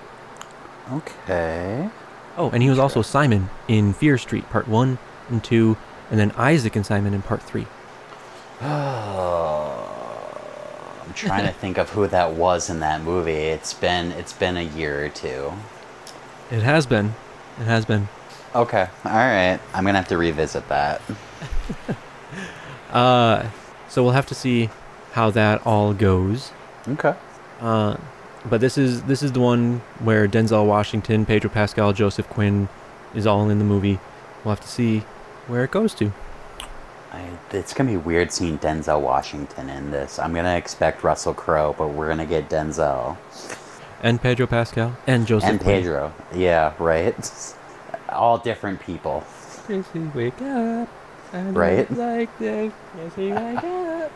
Speaker 2: Okay.
Speaker 1: Oh, and he was also Simon in Fear Street Part 1 and 2, and then Isaac and Simon in Part 3.
Speaker 2: Oh, I'm trying to think of who that was in that movie. It's been it's been a year or two.
Speaker 1: It has been. It has been.
Speaker 2: Okay. All right. I'm gonna have to revisit that.
Speaker 1: Uh, so we'll have to see how that all goes.
Speaker 2: Okay.
Speaker 1: Uh, but this is this is the one where Denzel Washington, Pedro Pascal, Joseph Quinn is all in the movie. We'll have to see where it goes to.
Speaker 2: I, it's gonna be weird seeing Denzel Washington in this. I'm gonna expect Russell Crowe, but we're gonna get Denzel
Speaker 1: And Pedro Pascal and Joseph
Speaker 2: and
Speaker 1: Quinn.
Speaker 2: Pedro. Yeah, right. All different people.
Speaker 1: Casey, wake up. I don't
Speaker 2: Right?
Speaker 1: Like this. Casey, wake up.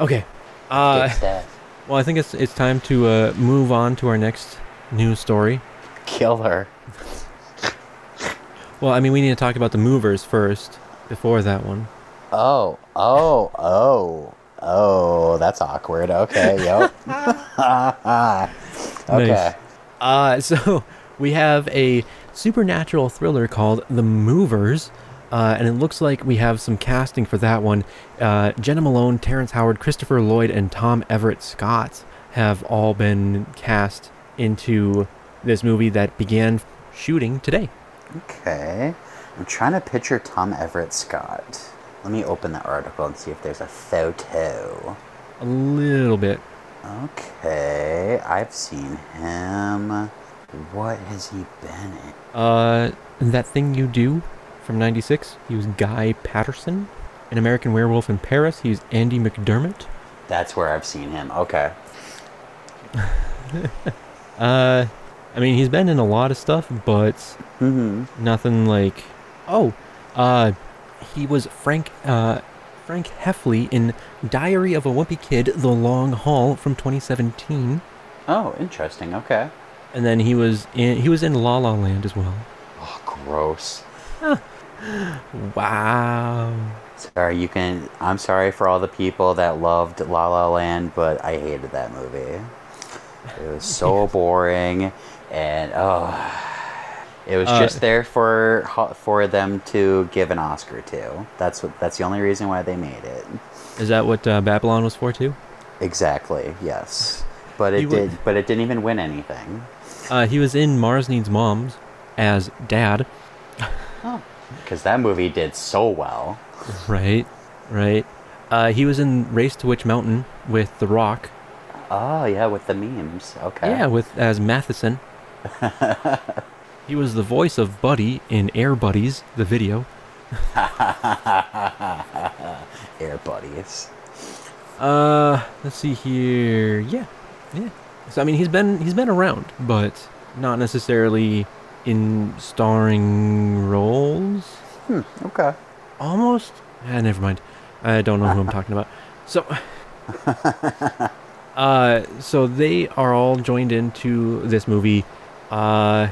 Speaker 1: okay. Uh,
Speaker 2: Good stuff.
Speaker 1: well, I think it's it's time to uh, move on to our next news story.
Speaker 2: Killer.
Speaker 1: Well, I mean, we need to talk about the movers first before that one.
Speaker 2: Oh, oh, oh, oh, that's awkward. Okay, yep. okay.
Speaker 1: Uh, so we have a supernatural thriller called The Movers, uh, and it looks like we have some casting for that one. Uh, Jenna Malone, Terrence Howard, Christopher Lloyd, and Tom Everett Scott have all been cast into this movie that began shooting today.
Speaker 2: Okay. I'm trying to picture Tom Everett Scott. Let me open that article and see if there's a photo.
Speaker 1: A little bit.
Speaker 2: Okay, I've seen him. What has he been in?
Speaker 1: Uh, that thing you do from '96. He was Guy Patterson, an American Werewolf in Paris. He's Andy McDermott.
Speaker 2: That's where I've seen him. Okay.
Speaker 1: Uh, I mean, he's been in a lot of stuff, but
Speaker 2: Mm-hmm.
Speaker 1: nothing like. Oh, uh, he was Frank. Uh, Frank Heffley in Diary of a Wimpy Kid: The Long Haul from 2017,
Speaker 2: Oh, interesting. Okay.
Speaker 1: and then he was in he was in La La Land as well.
Speaker 2: Oh, gross.
Speaker 1: Wow.
Speaker 2: Sorry, you can. I'm sorry for all the people that loved La La Land, but I hated that movie. It was so boring, and oh, it was
Speaker 1: Uh,
Speaker 2: just there for ho- for them to give an Oscar to. That's what. That's the only reason why they made it.
Speaker 1: Is that what uh, Babylon was for too?
Speaker 2: Exactly. Yes, but it
Speaker 1: You would-
Speaker 2: did. But it didn't even win anything.
Speaker 1: Uh, he was in Mars Needs Moms as dad,
Speaker 2: Because that movie did so well.
Speaker 1: right? Right. Uh, he was in Race to Witch Mountain with The Rock.
Speaker 2: Oh yeah, with the memes. Okay.
Speaker 1: Yeah, with as Matheson. he was the voice of Buddy in Air Buddies, the video.
Speaker 2: Air buddies.
Speaker 1: Uh, let's see here. Yeah, yeah. So I mean, he's been he's been around, but not necessarily in starring roles.
Speaker 2: Okay.
Speaker 1: almost. Ah, never mind. I don't know who I'm talking about. So, uh, so they are all joined into this movie. Uh,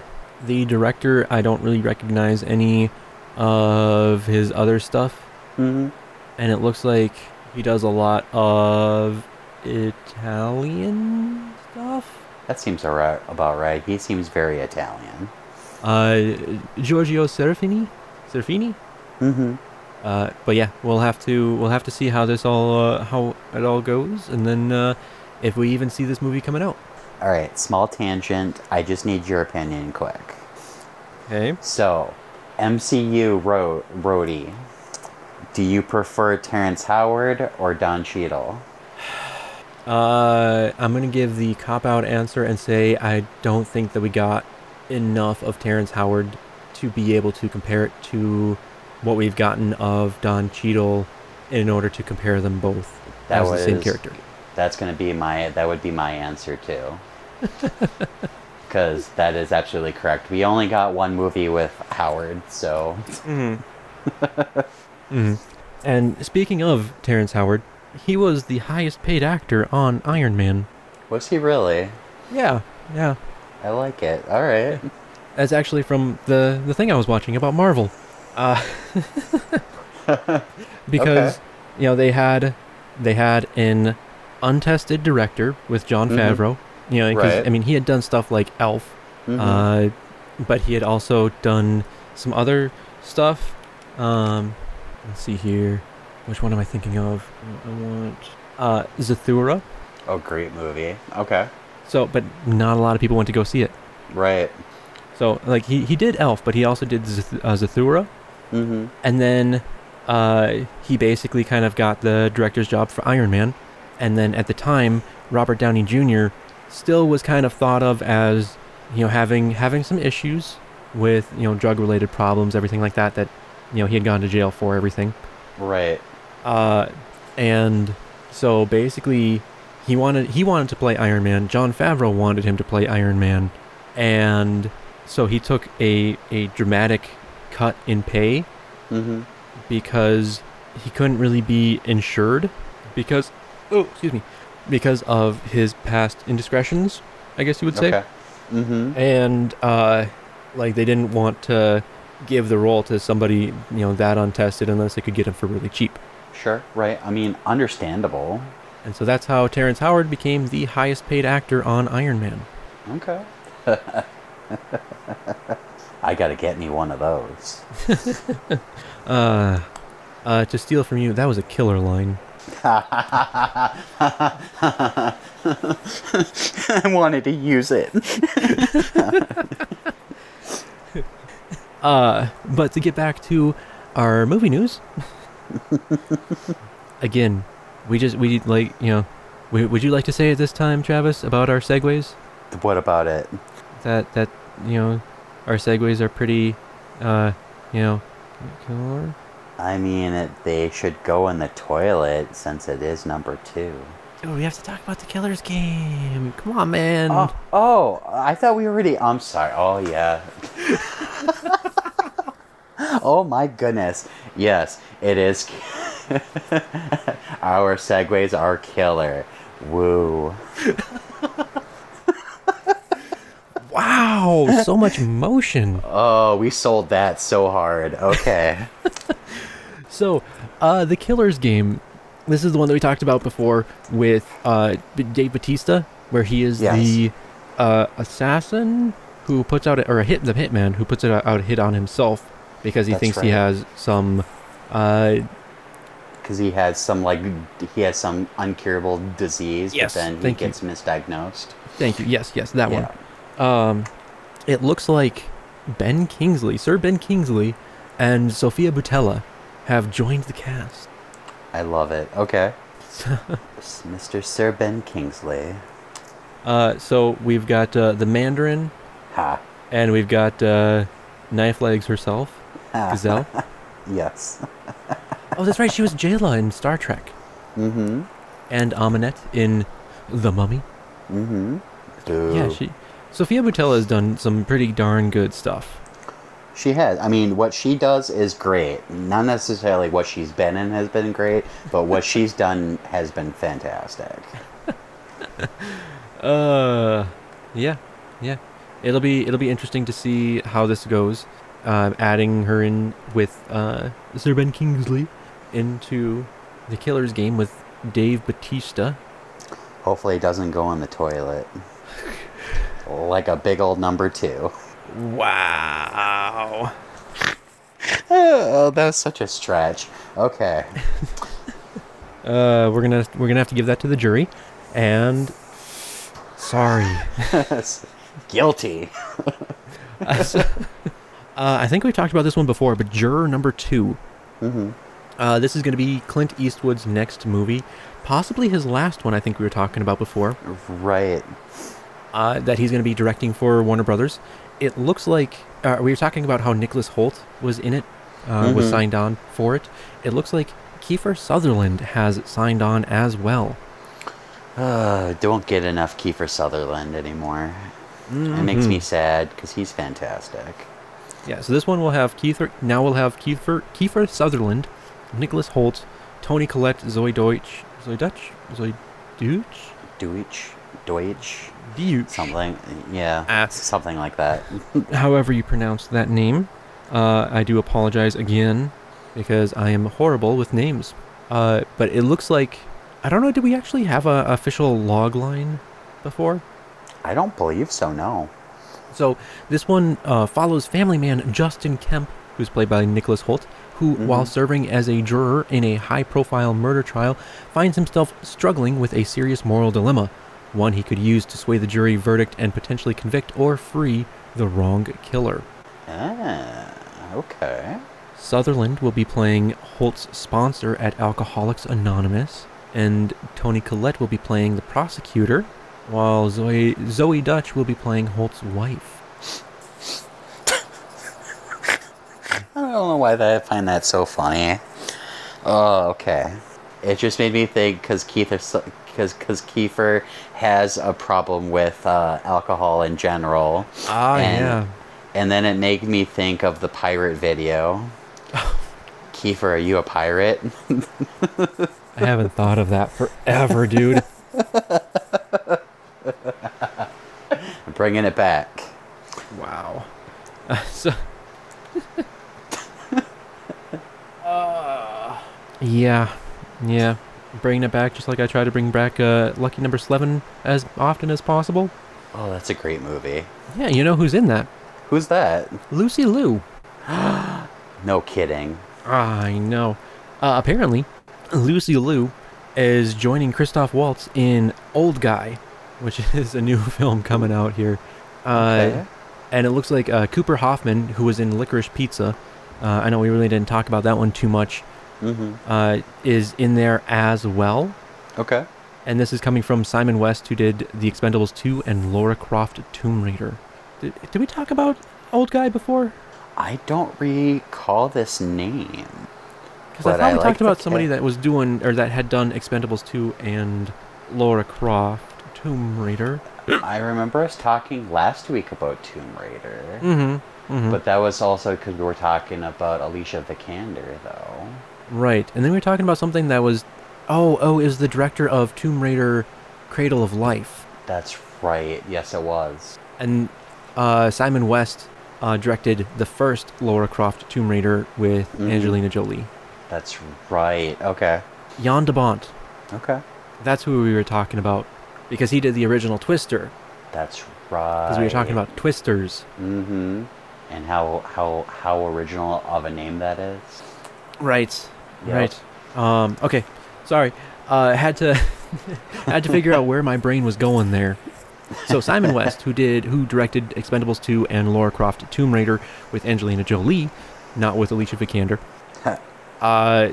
Speaker 1: the director, I don't really recognize any of his other stuff,
Speaker 2: hmm
Speaker 1: and it looks like he does a lot of Italian stuff.
Speaker 2: That seems alright, about right. He seems very Italian.
Speaker 1: Uh, Giorgio Serafini, Serafini.
Speaker 2: Mm-hmm.
Speaker 1: Uh, but yeah, we'll have to we'll have to see how this all uh, how it all goes, and then uh, if we even see this movie coming out.
Speaker 2: All right, small tangent. I just need your opinion, quick.
Speaker 1: Okay.
Speaker 2: So, MCU Ro- Rhodey, do you prefer Terrence Howard or Don Cheadle?
Speaker 1: Uh, I'm gonna give the cop out answer and say I don't think that we got enough of Terrence Howard to be able to compare it to what we've gotten of Don Cheadle in order to compare them both
Speaker 2: That
Speaker 1: as the same
Speaker 2: was-
Speaker 1: character.
Speaker 2: That's gonna be my. That would be my answer too. Because that is absolutely correct. We only got one movie with Howard, so Mm-hmm.
Speaker 1: And speaking of Terrence Howard, he was the highest paid actor on Iron Man.
Speaker 2: was he really?
Speaker 1: Yeah, yeah.
Speaker 2: I like it. All right.
Speaker 1: That's actually from the the thing I was watching about Marvel. Uh, because
Speaker 2: Okay.
Speaker 1: you know they had they had an untested director with John
Speaker 2: Mhm.
Speaker 1: Favreau. You know, 'cause,
Speaker 2: Right.
Speaker 1: I mean, he had done stuff like Elf,
Speaker 2: Mhm.
Speaker 1: uh, but he had also done some other stuff. Um, let's see here, which one am I thinking of? I want uh, Zathura.
Speaker 2: Oh, great movie. Okay.
Speaker 1: So, but not a lot of people went to go see it.
Speaker 2: Right.
Speaker 1: So, like he, he did Elf, but he also did Zath- uh, Zathura.
Speaker 2: Mm-hmm.
Speaker 1: and then uh, he basically kind of got the director's job for Iron Man. And then at the time, Robert Downey Jr. still was kind of thought of as you know having having some issues with you know drug related problems, everything like that. That you know he had gone to jail for everything.
Speaker 2: Right.
Speaker 1: Uh, and so basically, he wanted he wanted to play Iron Man. John Favreau wanted him to play Iron Man, and so he took a a dramatic cut in pay
Speaker 2: Mm-hmm.
Speaker 1: because he couldn't really be insured because oh excuse me because of his past indiscretions i guess you would say
Speaker 2: Okay. Mm-hmm.
Speaker 1: and uh like they didn't want to give the role to somebody you know that untested unless they could get him for really cheap
Speaker 2: Sure, right. I mean, understandable.
Speaker 1: And so that's how Terrence Howard became the highest paid actor on Iron Man.
Speaker 2: Okay. I gotta get me one of those.
Speaker 1: Uh, uh, to steal from you, that was a killer line.
Speaker 2: I wanted to use it.
Speaker 1: Uh, but to get back to our movie news, again, we just we like you know, we, would you like to say it this time, Travis, about our segues?
Speaker 2: What about it?
Speaker 1: That that you know, our segues are pretty, uh, you know, killer.
Speaker 2: I mean, it- they should go in the toilet since it is number two.
Speaker 1: Dude, we have to talk about the Killers game. Come on, man.
Speaker 2: Oh, oh, I thought we already. I'm sorry. Oh, yeah. oh, my goodness. Yes, it is. Our segues are killer. Woo.
Speaker 1: Wow, so much motion.
Speaker 2: Oh, we sold that so hard. Okay.
Speaker 1: So, uh, the Killers game. This is the one that we talked about before with uh, B- Dave Batista, where he is
Speaker 2: Yes.
Speaker 1: the uh, assassin who puts out a, or a hit the hitman who puts it out out a hit on himself because he
Speaker 2: That's
Speaker 1: thinks he
Speaker 2: right.
Speaker 1: has some. Uh,
Speaker 2: Because he has some, like, he has some uncurable disease,
Speaker 1: Yes,
Speaker 2: but then he
Speaker 1: thank you.
Speaker 2: gets misdiagnosed.
Speaker 1: thank you. Yes, yes, that
Speaker 2: Yeah.
Speaker 1: one. Um, it looks like Ben Kingsley, Sir Ben Kingsley, and Sophia Butella have joined the cast.
Speaker 2: I love it. Okay. S- Mr. Sir Ben Kingsley.
Speaker 1: Uh, so we've got uh, the Mandarin,
Speaker 2: Ha.
Speaker 1: and we've got uh, Knife Legs herself,
Speaker 2: Ah.
Speaker 1: Gazelle.
Speaker 2: Yes.
Speaker 1: oh, that's right. She was Jayla in Star Trek,
Speaker 2: Mm hmm.
Speaker 1: and Aminette in The Mummy.
Speaker 2: Mm hmm.
Speaker 1: Yeah, she. Sophia Boutella has done some pretty darn good stuff.
Speaker 2: She has. I mean, what she does is great. Not necessarily what she's been in has been great, but what she's done has been fantastic.
Speaker 1: Uh, yeah, yeah. It'll be it'll be interesting to see how this goes. Um, adding her in with uh, Sir Ben Kingsley into the Killers game with Dave Batista.
Speaker 2: Hopefully, it doesn't go in the toilet. like a big old number two.
Speaker 1: Wow.
Speaker 2: Oh, that was such a stretch. Okay.
Speaker 1: Uh, we're gonna we're gonna have to give that to the jury, and sorry.
Speaker 2: Guilty.
Speaker 1: uh, I think we talked about this one before, but juror number two.
Speaker 2: hmm
Speaker 1: Uh, this is going to be Clint Eastwood's next movie, possibly his last one. I think we were talking about before
Speaker 2: Right.
Speaker 1: uh, that he's going to be directing for Warner Brothers. It looks like uh, we were talking about how Nicholas Holt was in it, uh, was
Speaker 2: Mhm.
Speaker 1: signed on for it. It looks like Kiefer Sutherland has signed on as well.
Speaker 2: Uh, don't get enough Kiefer Sutherland anymore. It makes me sad because he's fantastic.
Speaker 1: Yeah, so this one will have Kiefer. Now we'll have Kiefer, Kiefer Sutherland, Nicholas Holt, Tony Collette, Zoe Deutsch, Zoe Dutch, Zoe Deutsch,
Speaker 2: Deutsch. Deutsch.
Speaker 1: Deutsch,
Speaker 2: Something. Yeah.
Speaker 1: Ah.
Speaker 2: Something like that.
Speaker 1: however you pronounce that name. Uh, I do apologize again because I am horrible with names. Uh, but it looks like I don't know. Did we actually have a official log line before?
Speaker 2: I don't believe so, no.
Speaker 1: So this one uh, follows family man Justin Kemp, who's played by Nicholas Holt, who, while serving as a juror in a high profile murder trial, finds himself struggling with a serious moral dilemma, one he could use to sway the jury verdict and potentially convict or free the wrong killer.
Speaker 2: Ah, okay.
Speaker 1: Sutherland will be playing Holt's sponsor at Alcoholics Anonymous, and Tony Collette will be playing the prosecutor, while Zoe, Zoe Dutch will be playing Holt's wife.
Speaker 2: I don't know why that, I find that so funny. Oh, okay. It just made me think because Keith because because Kiefer has a problem with uh, alcohol in general.
Speaker 1: Ah,
Speaker 2: and,
Speaker 1: yeah.
Speaker 2: And then it made me think of the pirate video. Kiefer, are you a pirate?
Speaker 1: I haven't thought of that forever, dude.
Speaker 2: I'm bringing it back.
Speaker 1: Wow. Uh, so. yeah. Yeah, bringing it back just like I try to bring back uh, Lucky Number Eleven as often as possible.
Speaker 2: Oh, that's a great movie.
Speaker 1: Yeah, you know who's in that?
Speaker 2: Who's that?
Speaker 1: Lucy Liu.
Speaker 2: No kidding.
Speaker 1: I know. Uh, apparently, Lucy Liu is joining Christoph Waltz in Old Guy, which is a new film coming out here. Uh,
Speaker 2: Okay.
Speaker 1: And it looks like uh, Cooper Hoffman, who was in Licorice Pizza, uh, I know we really didn't talk about that one too much,
Speaker 2: hmm
Speaker 1: uh, is in there as well.
Speaker 2: Okay.
Speaker 1: And this is coming from Simon West, who did The Expendables 2 and Laura Croft Tomb Raider. Did, did we talk about Old Guy before?
Speaker 2: I don't recall this name.
Speaker 1: Because I
Speaker 2: But
Speaker 1: thought
Speaker 2: I
Speaker 1: we
Speaker 2: like
Speaker 1: talked
Speaker 2: the
Speaker 1: about somebody
Speaker 2: cat.
Speaker 1: that was doing or that had done Expendables 2 and Laura Croft Tomb Raider.
Speaker 2: I remember us talking last week about Tomb Raider,
Speaker 1: Mm-hmm. mm-hmm.
Speaker 2: but that was also because we were talking about Alicia Vikander, though.
Speaker 1: right, and then we were talking about something that was, oh, oh, is the director of Tomb Raider, Cradle of Life,
Speaker 2: That's right. Yes, it was.
Speaker 1: and uh, Simon West uh, directed the first Laura Croft Tomb Raider with
Speaker 2: Mhm.
Speaker 1: Angelina Jolie.
Speaker 2: That's right. Okay.
Speaker 1: Jan de Bont,
Speaker 2: Okay.
Speaker 1: that's who we were talking about, because he did the original Twister.
Speaker 2: That's right.
Speaker 1: Because we were talking about Twisters.
Speaker 2: Mm-hmm. And how how how original of a name that is.
Speaker 1: Right.
Speaker 2: Yep.
Speaker 1: Right. Um, okay. Sorry. Uh, had to had to figure out where my brain was going there. So Simon West, who did who directed Expendables 2 and Laura Croft Tomb Raider with Angelina Jolie, not with Alicia Vikander, uh,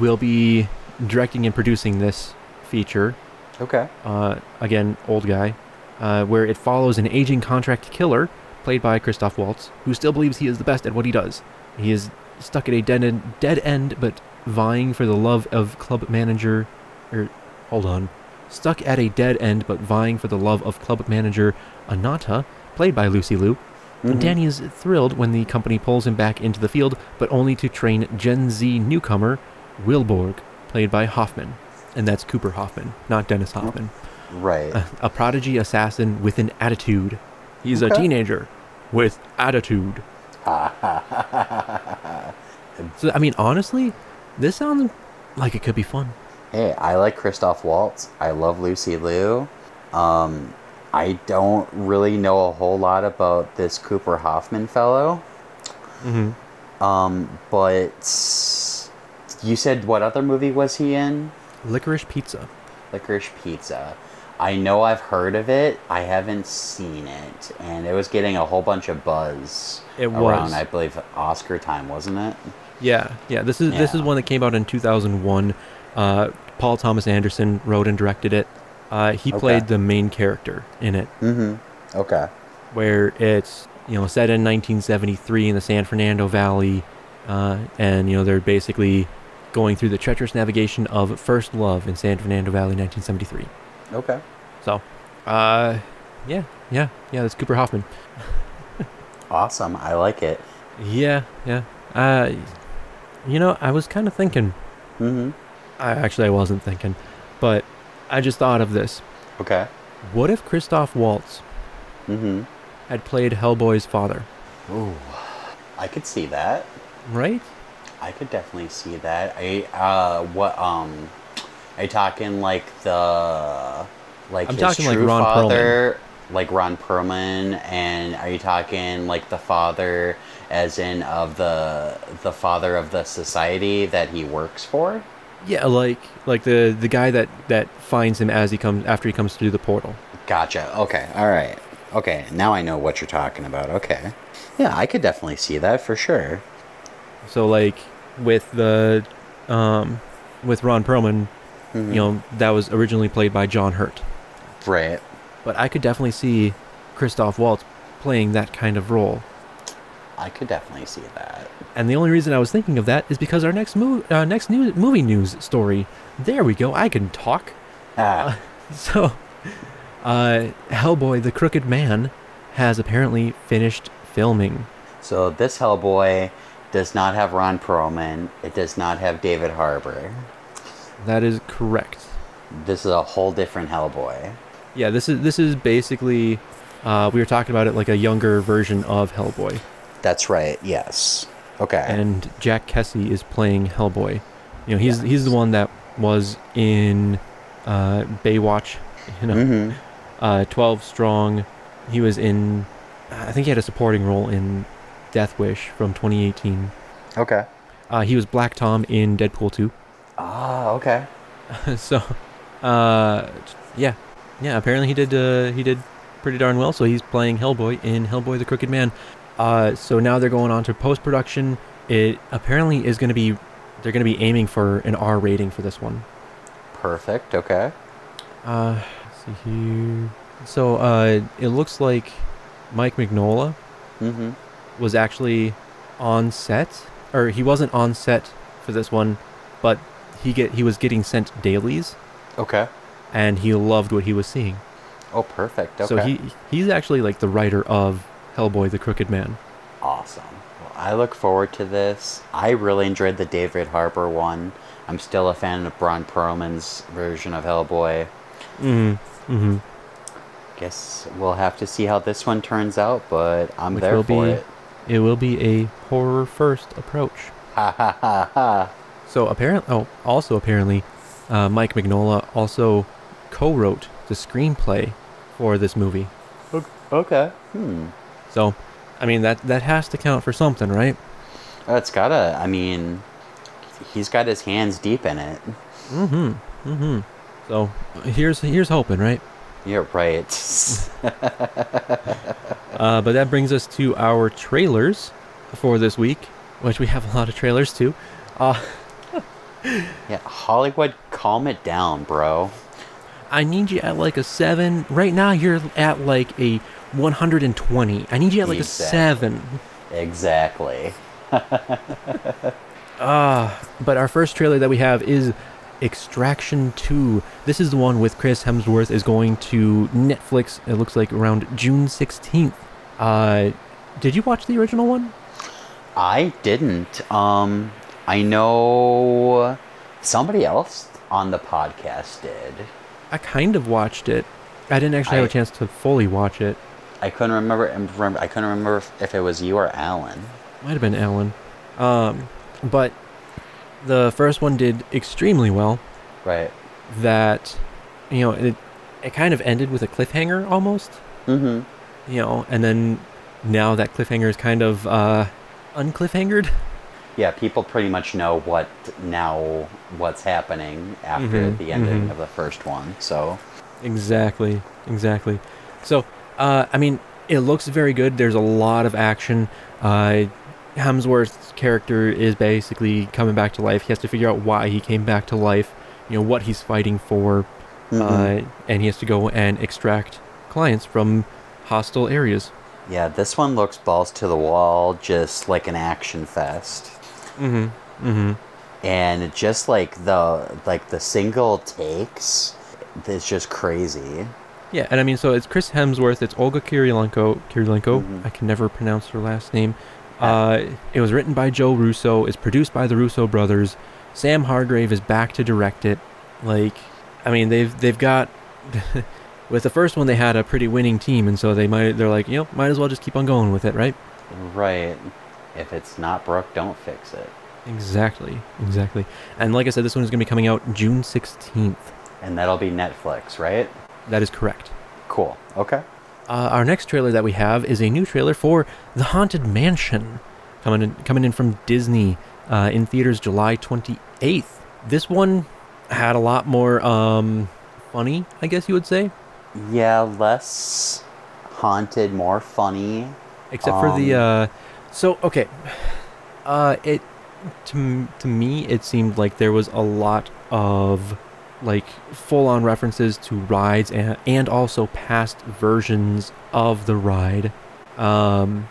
Speaker 1: will be directing and producing this feature.
Speaker 2: Okay.
Speaker 1: Uh, again, old guy, uh, where it follows an aging contract killer played by Christoph Waltz, who still believes he is the best at what he does. He is stuck at a dead end, dead end but vying for the love of club manager. Er, hold on. Stuck at a dead end but vying for the love of club manager Anata, played by Lucy Liu.
Speaker 2: Mhm.
Speaker 1: Danny is thrilled when the company pulls him back into the field, but only to train Gen Z newcomer Wilborg, played by Hoffman. And that's Cooper Hoffman, not Dennis Hoffman
Speaker 2: Mm-hmm. Right.
Speaker 1: a prodigy assassin with an attitude. He's a
Speaker 2: Okay.
Speaker 1: teenager with attitude. so I mean, honestly, this sounds like it could be fun.
Speaker 2: hey, I like Christoph Waltz. I love Lucy Liu. Um, I don't really know a whole lot about this Cooper Hoffman fellow.
Speaker 1: Mm-hmm.
Speaker 2: Um, but you said what other movie was he in?
Speaker 1: Licorice pizza.
Speaker 2: Licorice Pizza. I know I've heard of it. I haven't seen it, and it was getting a whole bunch of buzz.
Speaker 1: It was.
Speaker 2: around, I believe, Oscar time, wasn't it?
Speaker 1: Yeah, yeah. This is this is
Speaker 2: Yeah.
Speaker 1: one that came out in 2001. Uh, Paul Thomas Anderson wrote and directed it. Uh, he
Speaker 2: Okay.
Speaker 1: played the main character in it,
Speaker 2: Mm-hmm. Okay.
Speaker 1: where it's you know set in 1973 in the San Fernando Valley, uh, and you know they're basically going through the treacherous navigation of first love in San Fernando Valley, 1973.
Speaker 2: Okay.
Speaker 1: So, uh, yeah, yeah, yeah. That's Cooper Hoffman.
Speaker 2: Awesome. I like it.
Speaker 1: Yeah, yeah. Uh, you know, I was kind of thinking.
Speaker 2: Mm-hmm.
Speaker 1: I actually I wasn't thinking, but I just thought of this.
Speaker 2: Okay.
Speaker 1: What if Christoph Waltz
Speaker 2: Mm-hmm.
Speaker 1: had played Hellboy's father?
Speaker 2: Ooh, I could see that.
Speaker 1: Right?
Speaker 2: I could definitely see that. I uh, what um, are you talking like the like
Speaker 1: I'm
Speaker 2: his
Speaker 1: talking like
Speaker 2: true
Speaker 1: Ron Perlman.
Speaker 2: father, like Ron Perlman, and are you talking like the father, as in of the the father of the society that he works for?
Speaker 1: Yeah, like like the the guy that that finds him as he comes after he comes through the portal.
Speaker 2: Gotcha. Okay. All right. Okay. Now I know what you're talking about. Okay. Yeah, I could definitely see that for sure.
Speaker 1: So like with the um with Ron Perlman, you know, that was originally played by John Hurt.
Speaker 2: Right.
Speaker 1: But I could definitely see Christoph Waltz playing that kind of role.
Speaker 2: I could definitely see that.
Speaker 1: And the only reason I was thinking of that is because our next move uh, next new movie news story. There we go. I can talk.
Speaker 2: Ah.
Speaker 1: So, uh, Hellboy the Crooked Man has apparently finished filming.
Speaker 2: So this Hellboy does not have Ron Perlman. It does not have David Harbour.
Speaker 1: That is correct.
Speaker 2: This is a whole different Hellboy.
Speaker 1: Yeah, this is this is basically uh, we were talking about it like a younger version of Hellboy,
Speaker 2: That's right. Yes. Okay.
Speaker 1: and Jack Kessie is playing Hellboy. You know, he's he's the one that was in uh, Baywatch, you know,
Speaker 2: hmm
Speaker 1: uh, 12 Strong. He was in, I think he had a supporting role in Death Wish from 2018.
Speaker 2: Okay.
Speaker 1: Uh, he was Black Tom in Deadpool 2.
Speaker 2: Ah, okay.
Speaker 1: so, uh, yeah, yeah. Apparently he did. Uh, he did pretty darn well. So he's playing Hellboy in Hellboy: The Crooked Man. Uh, so now they're going on to post production. It apparently is going to be. They're going to be aiming for an R rating for this one.
Speaker 2: Perfect. Okay.
Speaker 1: Uh, let's see here. So uh, it looks like Mike Mignola
Speaker 2: Mm-hmm.
Speaker 1: was actually on set, or he wasn't on set for this one, but he get he was getting sent dailies,
Speaker 2: Okay.
Speaker 1: and he loved what he was seeing.
Speaker 2: Oh, perfect. Okay.
Speaker 1: So he he's actually like the writer of Hellboy the Crooked Man.
Speaker 2: Awesome. Well, I look forward to this. I really enjoyed the David Harbour one. I'm still a fan of Ron Perlman's version of Hellboy.
Speaker 1: Mm-hmm. Mm-hmm.
Speaker 2: Guess we'll have to see how this one turns out, but I'm
Speaker 1: Which
Speaker 2: there
Speaker 1: will
Speaker 2: for
Speaker 1: be
Speaker 2: it.
Speaker 1: it will be a horror first approach.
Speaker 2: Ha ha ha ha.
Speaker 1: So apparently, oh, also apparently, uh, Mike Mignola also co-wrote the screenplay for this movie.
Speaker 2: O- Okay. Hmm.
Speaker 1: So, I mean that that has to count for something, right?
Speaker 2: That's gotta. I mean, he's got his hands deep in it.
Speaker 1: Mm-hmm. Mm-hmm. So here's here's hoping, right?
Speaker 2: You're right.
Speaker 1: Uh, but that brings us to our trailers for this week, which we have a lot of trailers too. Uh,
Speaker 2: yeah, Hollywood, calm it down, bro.
Speaker 1: I need you at like a seven. Right now, you're at like a 120. I need you at like
Speaker 2: Exactly.
Speaker 1: a seven.
Speaker 2: Exactly.
Speaker 1: Ah, but our first trailer that we have is Extraction 2. This is the one with Chris Hemsworth is going to Netflix. It looks like around June 16th. Uh, did you watch the original one?
Speaker 2: I didn't. Um, I know somebody else on the podcast did.
Speaker 1: I kind of watched it. I didn't actually have
Speaker 2: I-
Speaker 1: a chance to fully watch it.
Speaker 2: I couldn't remember. remember I couldn't remember if, if it was you or Alan.
Speaker 1: Might have been Alan. Um, but the first one did extremely well.
Speaker 2: Right.
Speaker 1: that you know it it kind of ended with a cliffhanger almost
Speaker 2: Mm-hmm.
Speaker 1: you know and then now that cliffhanger is kind of uh uncliffhangered
Speaker 2: Yeah, people pretty much know what now what's happening after
Speaker 1: Mhm,
Speaker 2: the ending
Speaker 1: mhm.
Speaker 2: of the first one. So
Speaker 1: exactly exactly so uh i mean it looks very good there's a lot of action uh hemsworth's character is basically coming back to life he has to figure out why he came back to life you know what he's fighting for
Speaker 2: mhm.
Speaker 1: uh, and he has to go and extract clients from hostile areas
Speaker 2: yeah, this one looks balls to the wall, just like an action fest.
Speaker 1: mm-hmm mm-hmm
Speaker 2: and just like the like the single takes it's just crazy
Speaker 1: Yeah, and I mean, so it's Chris Hemsworth, it's Olga Kirilenko. Kirilenko,
Speaker 2: Mhm.
Speaker 1: I can never pronounce her last name.
Speaker 2: Ah.
Speaker 1: Uh, it was written by Joe Russo. It's produced by the Russo brothers. Sam Hargrave is back to direct it. Like, I mean, they've they've got with the first one they had a pretty winning team, and so they might they're like, you know, might as well just keep on going with it, right?
Speaker 2: right if it's not broke don't fix it
Speaker 1: Exactly, exactly. And like I said, this one is going to be coming out June sixteenth.
Speaker 2: and that'll be netflix right
Speaker 1: That is correct.
Speaker 2: cool okay
Speaker 1: Uh, our next trailer that we have is a new trailer for The Haunted Mansion, coming in, coming in from Disney uh, in theaters July 28th. This one had a lot more um, funny, I guess you would say,
Speaker 2: yeah less haunted more funny
Speaker 1: except for the.
Speaker 2: Um.
Speaker 1: Uh, so okay, uh, it to m- to me it seemed like there was a lot of like full-on references to rides and, and also past versions of the ride um,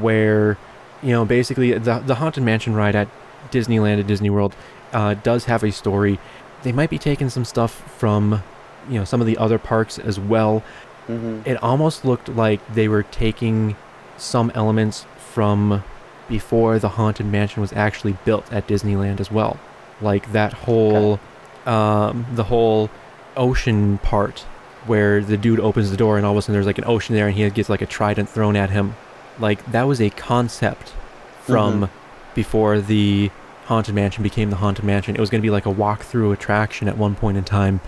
Speaker 1: where you know basically the, the haunted mansion ride at disneyland at disney world uh, does have a story they might be taking some stuff from you know some of the other parks as well
Speaker 2: hmm
Speaker 1: it almost looked like they were taking some elements from before the haunted mansion was actually built at Disneyland as well, like that whole, um, the whole ocean part where the dude opens the door and all of a sudden there's like an ocean there and he gets like a trident thrown at him, like that was a concept from before the Haunted Mansion became the Haunted Mansion. It was going to be like a walk-through attraction at one point in time,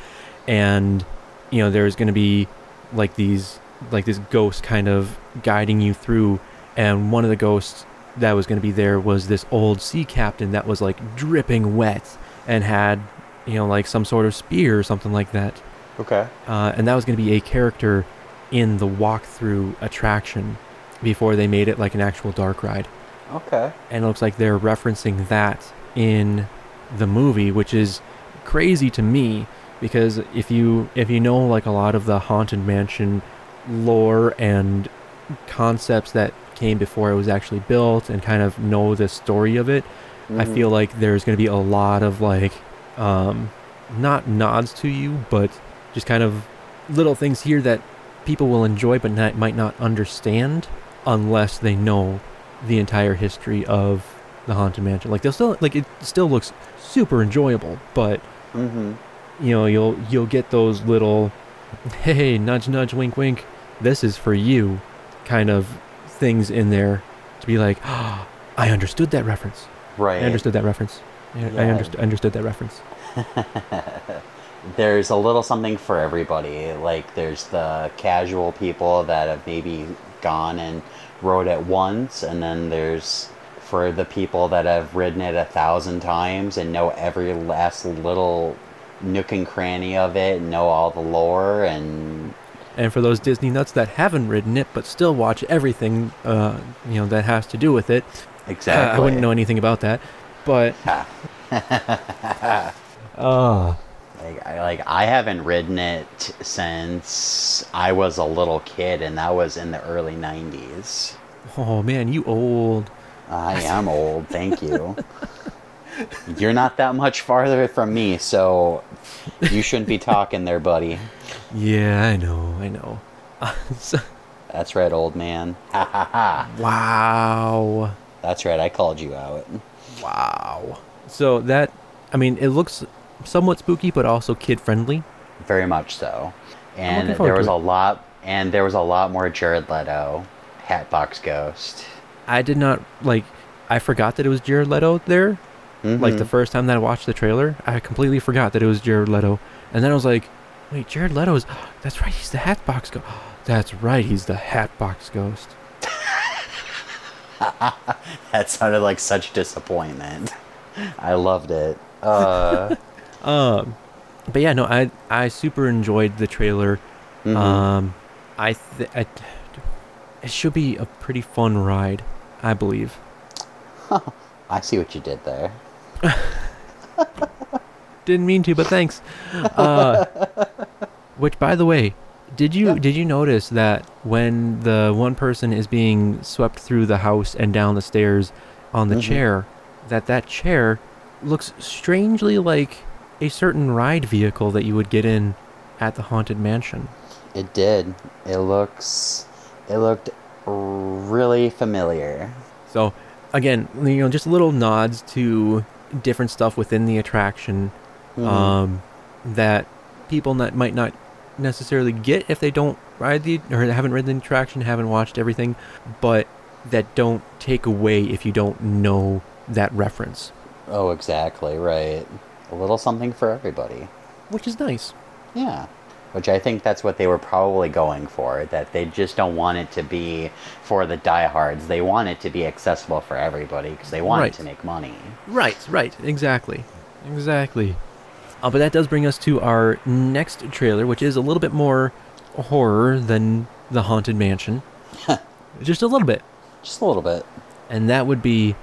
Speaker 1: and you know there's going to be like these like this ghost kind of guiding you through, and one of the ghosts that was going to be there was this old sea captain that was like dripping wet and had you know like some sort of spear or something like that
Speaker 2: Okay.
Speaker 1: uh, and that was going to be a character in the walkthrough attraction before they made it like an actual dark ride.
Speaker 2: Okay.
Speaker 1: And it looks like they're referencing that in the movie, which is crazy to me because if you if you know like a lot of the haunted mansion lore and concepts that came before it was actually built and kind of know the story of it, I
Speaker 2: Mhm.
Speaker 1: feel like there's going to be a lot of like, um, not nods to you, but just kind of little things here that people will enjoy but not, might not understand unless they know the entire history of the haunted mansion. Like they'll still like it still looks super enjoyable, but
Speaker 2: Mm-hmm.
Speaker 1: you know you'll you'll get those little hey nudge nudge wink wink this is for you kind of things in there to be like ah I understood that reference.
Speaker 2: Right.
Speaker 1: I understood that reference. I, I
Speaker 2: Yeah.
Speaker 1: understood, understood that reference.
Speaker 2: there's a little something for everybody. Like there's the casual people that have maybe gone and rode it once, and then there's for the people that have ridden it a thousand times and know every last little nook and cranny of it, and know all the lore, and
Speaker 1: And for those Disney nuts that haven't ridden it but still watch everything, uh, you know that has to do with it, uh, I wouldn't know anything about that. But uh,
Speaker 2: Like I, like I haven't ridden it since I was a little kid, and that was in the early '90s.
Speaker 1: oh man, you old.
Speaker 2: I am old, thank you. You're not that much farther from me, so you shouldn't be talking there, buddy.
Speaker 1: Yeah, I know, I know. So-
Speaker 2: That's right, old man. Ha ha ha.
Speaker 1: wow,
Speaker 2: That's right, I called you out.
Speaker 1: wow. So that, I mean, it looks somewhat spooky but also kid friendly.
Speaker 2: Very much so. And
Speaker 1: looking forward
Speaker 2: there was
Speaker 1: to
Speaker 2: a
Speaker 1: it.
Speaker 2: lot and there was a lot more Jared Leto, Hatbox Ghost.
Speaker 1: I did not like. I forgot that it was Jared Leto there. Like the
Speaker 2: Mhm.
Speaker 1: first time that I watched the trailer, I completely forgot that it was Jared Leto, and then I was like, "Wait, Jared Leto is? That's right, he's the Hatbox Ghost. That's right, he's the Hatbox Ghost."
Speaker 2: That sounded like such disappointment. I loved it. Uh,
Speaker 1: Um, but yeah, no, I I super enjoyed the trailer.
Speaker 2: mhm.
Speaker 1: Um, I, th- I it should be a pretty fun ride, I believe.
Speaker 2: I see what you did there.
Speaker 1: Didn't mean to, but thanks. Uh, which, by the way, did you did you notice that when the one person is being swept through the house and down the stairs on the
Speaker 2: Mhm.
Speaker 1: chair, that that chair looks strangely like a certain ride vehicle that you would get in at the haunted mansion.
Speaker 2: It did. It looks. It looked really familiar.
Speaker 1: So, again, you know, just little nods to different stuff within the attraction
Speaker 2: Uh,
Speaker 1: um, that people not, might not necessarily get if they don't ride the or haven't ridden the attraction, haven't watched everything, but that don't take away if you don't know that reference,
Speaker 2: Oh, exactly right. A little something for everybody.
Speaker 1: which is nice.
Speaker 2: Yeah. Which I think that's what they were probably going for. That they just don't want it to be for the diehards. They want it to be accessible for everybody because they want
Speaker 1: Right.
Speaker 2: it to make money.
Speaker 1: Right, right, exactly, exactly. Uh, but that does bring us to our next trailer, which is a little bit more horror than the Haunted Mansion, just a little bit,
Speaker 2: Just a little bit.
Speaker 1: and that would be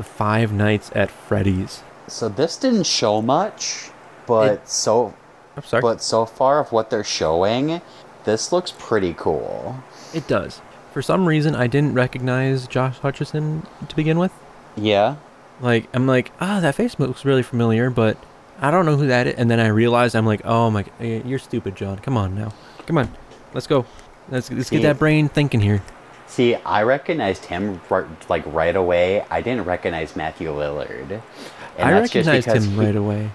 Speaker 1: Five Nights at Freddy's.
Speaker 2: So this didn't show much, but
Speaker 1: It-
Speaker 2: so
Speaker 1: I'm sorry,
Speaker 2: but so far of what they're showing, this looks pretty cool.
Speaker 1: it does. For some reason, I didn't recognize Josh Hutcherson to begin with.
Speaker 2: Yeah.
Speaker 1: Like, I'm like, ah, that face looks really familiar, but I don't know who that is. And then I realized, I'm like, oh my, eh, you're stupid, John. Come on now, come on, let's go. Let's let's get
Speaker 2: See?
Speaker 1: that brain thinking here.
Speaker 2: See, I recognized him right, like right away. I didn't recognize Matthew Lillard, and
Speaker 1: I recognized him
Speaker 2: he,
Speaker 1: right away.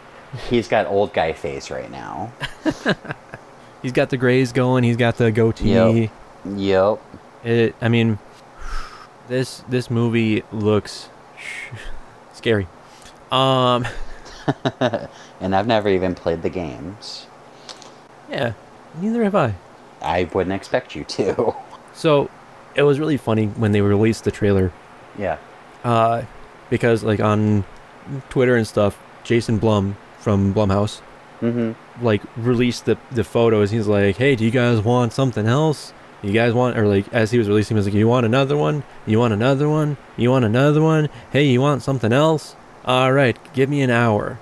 Speaker 2: He's got old guy face right now.
Speaker 1: He's got the grays going. He's got the goatee.
Speaker 2: Yep. yep.
Speaker 1: It. I mean, this this movie looks scary. Um,
Speaker 2: and I've never even played the games.
Speaker 1: yeah, neither have I.
Speaker 2: I wouldn't expect you to.
Speaker 1: So it was really funny when they released the trailer
Speaker 2: yeah.
Speaker 1: uh, because like on Twitter and stuff, Jason Blum from Blumhouse
Speaker 2: Mm-hmm.
Speaker 1: like released the the photos. He's like, "Hey, do you guys want something else? You guys want?" Or like as he was releasing, he was like, "You want another one? You want another one? You want another one? Hey, you want something else? All right, give me an hour."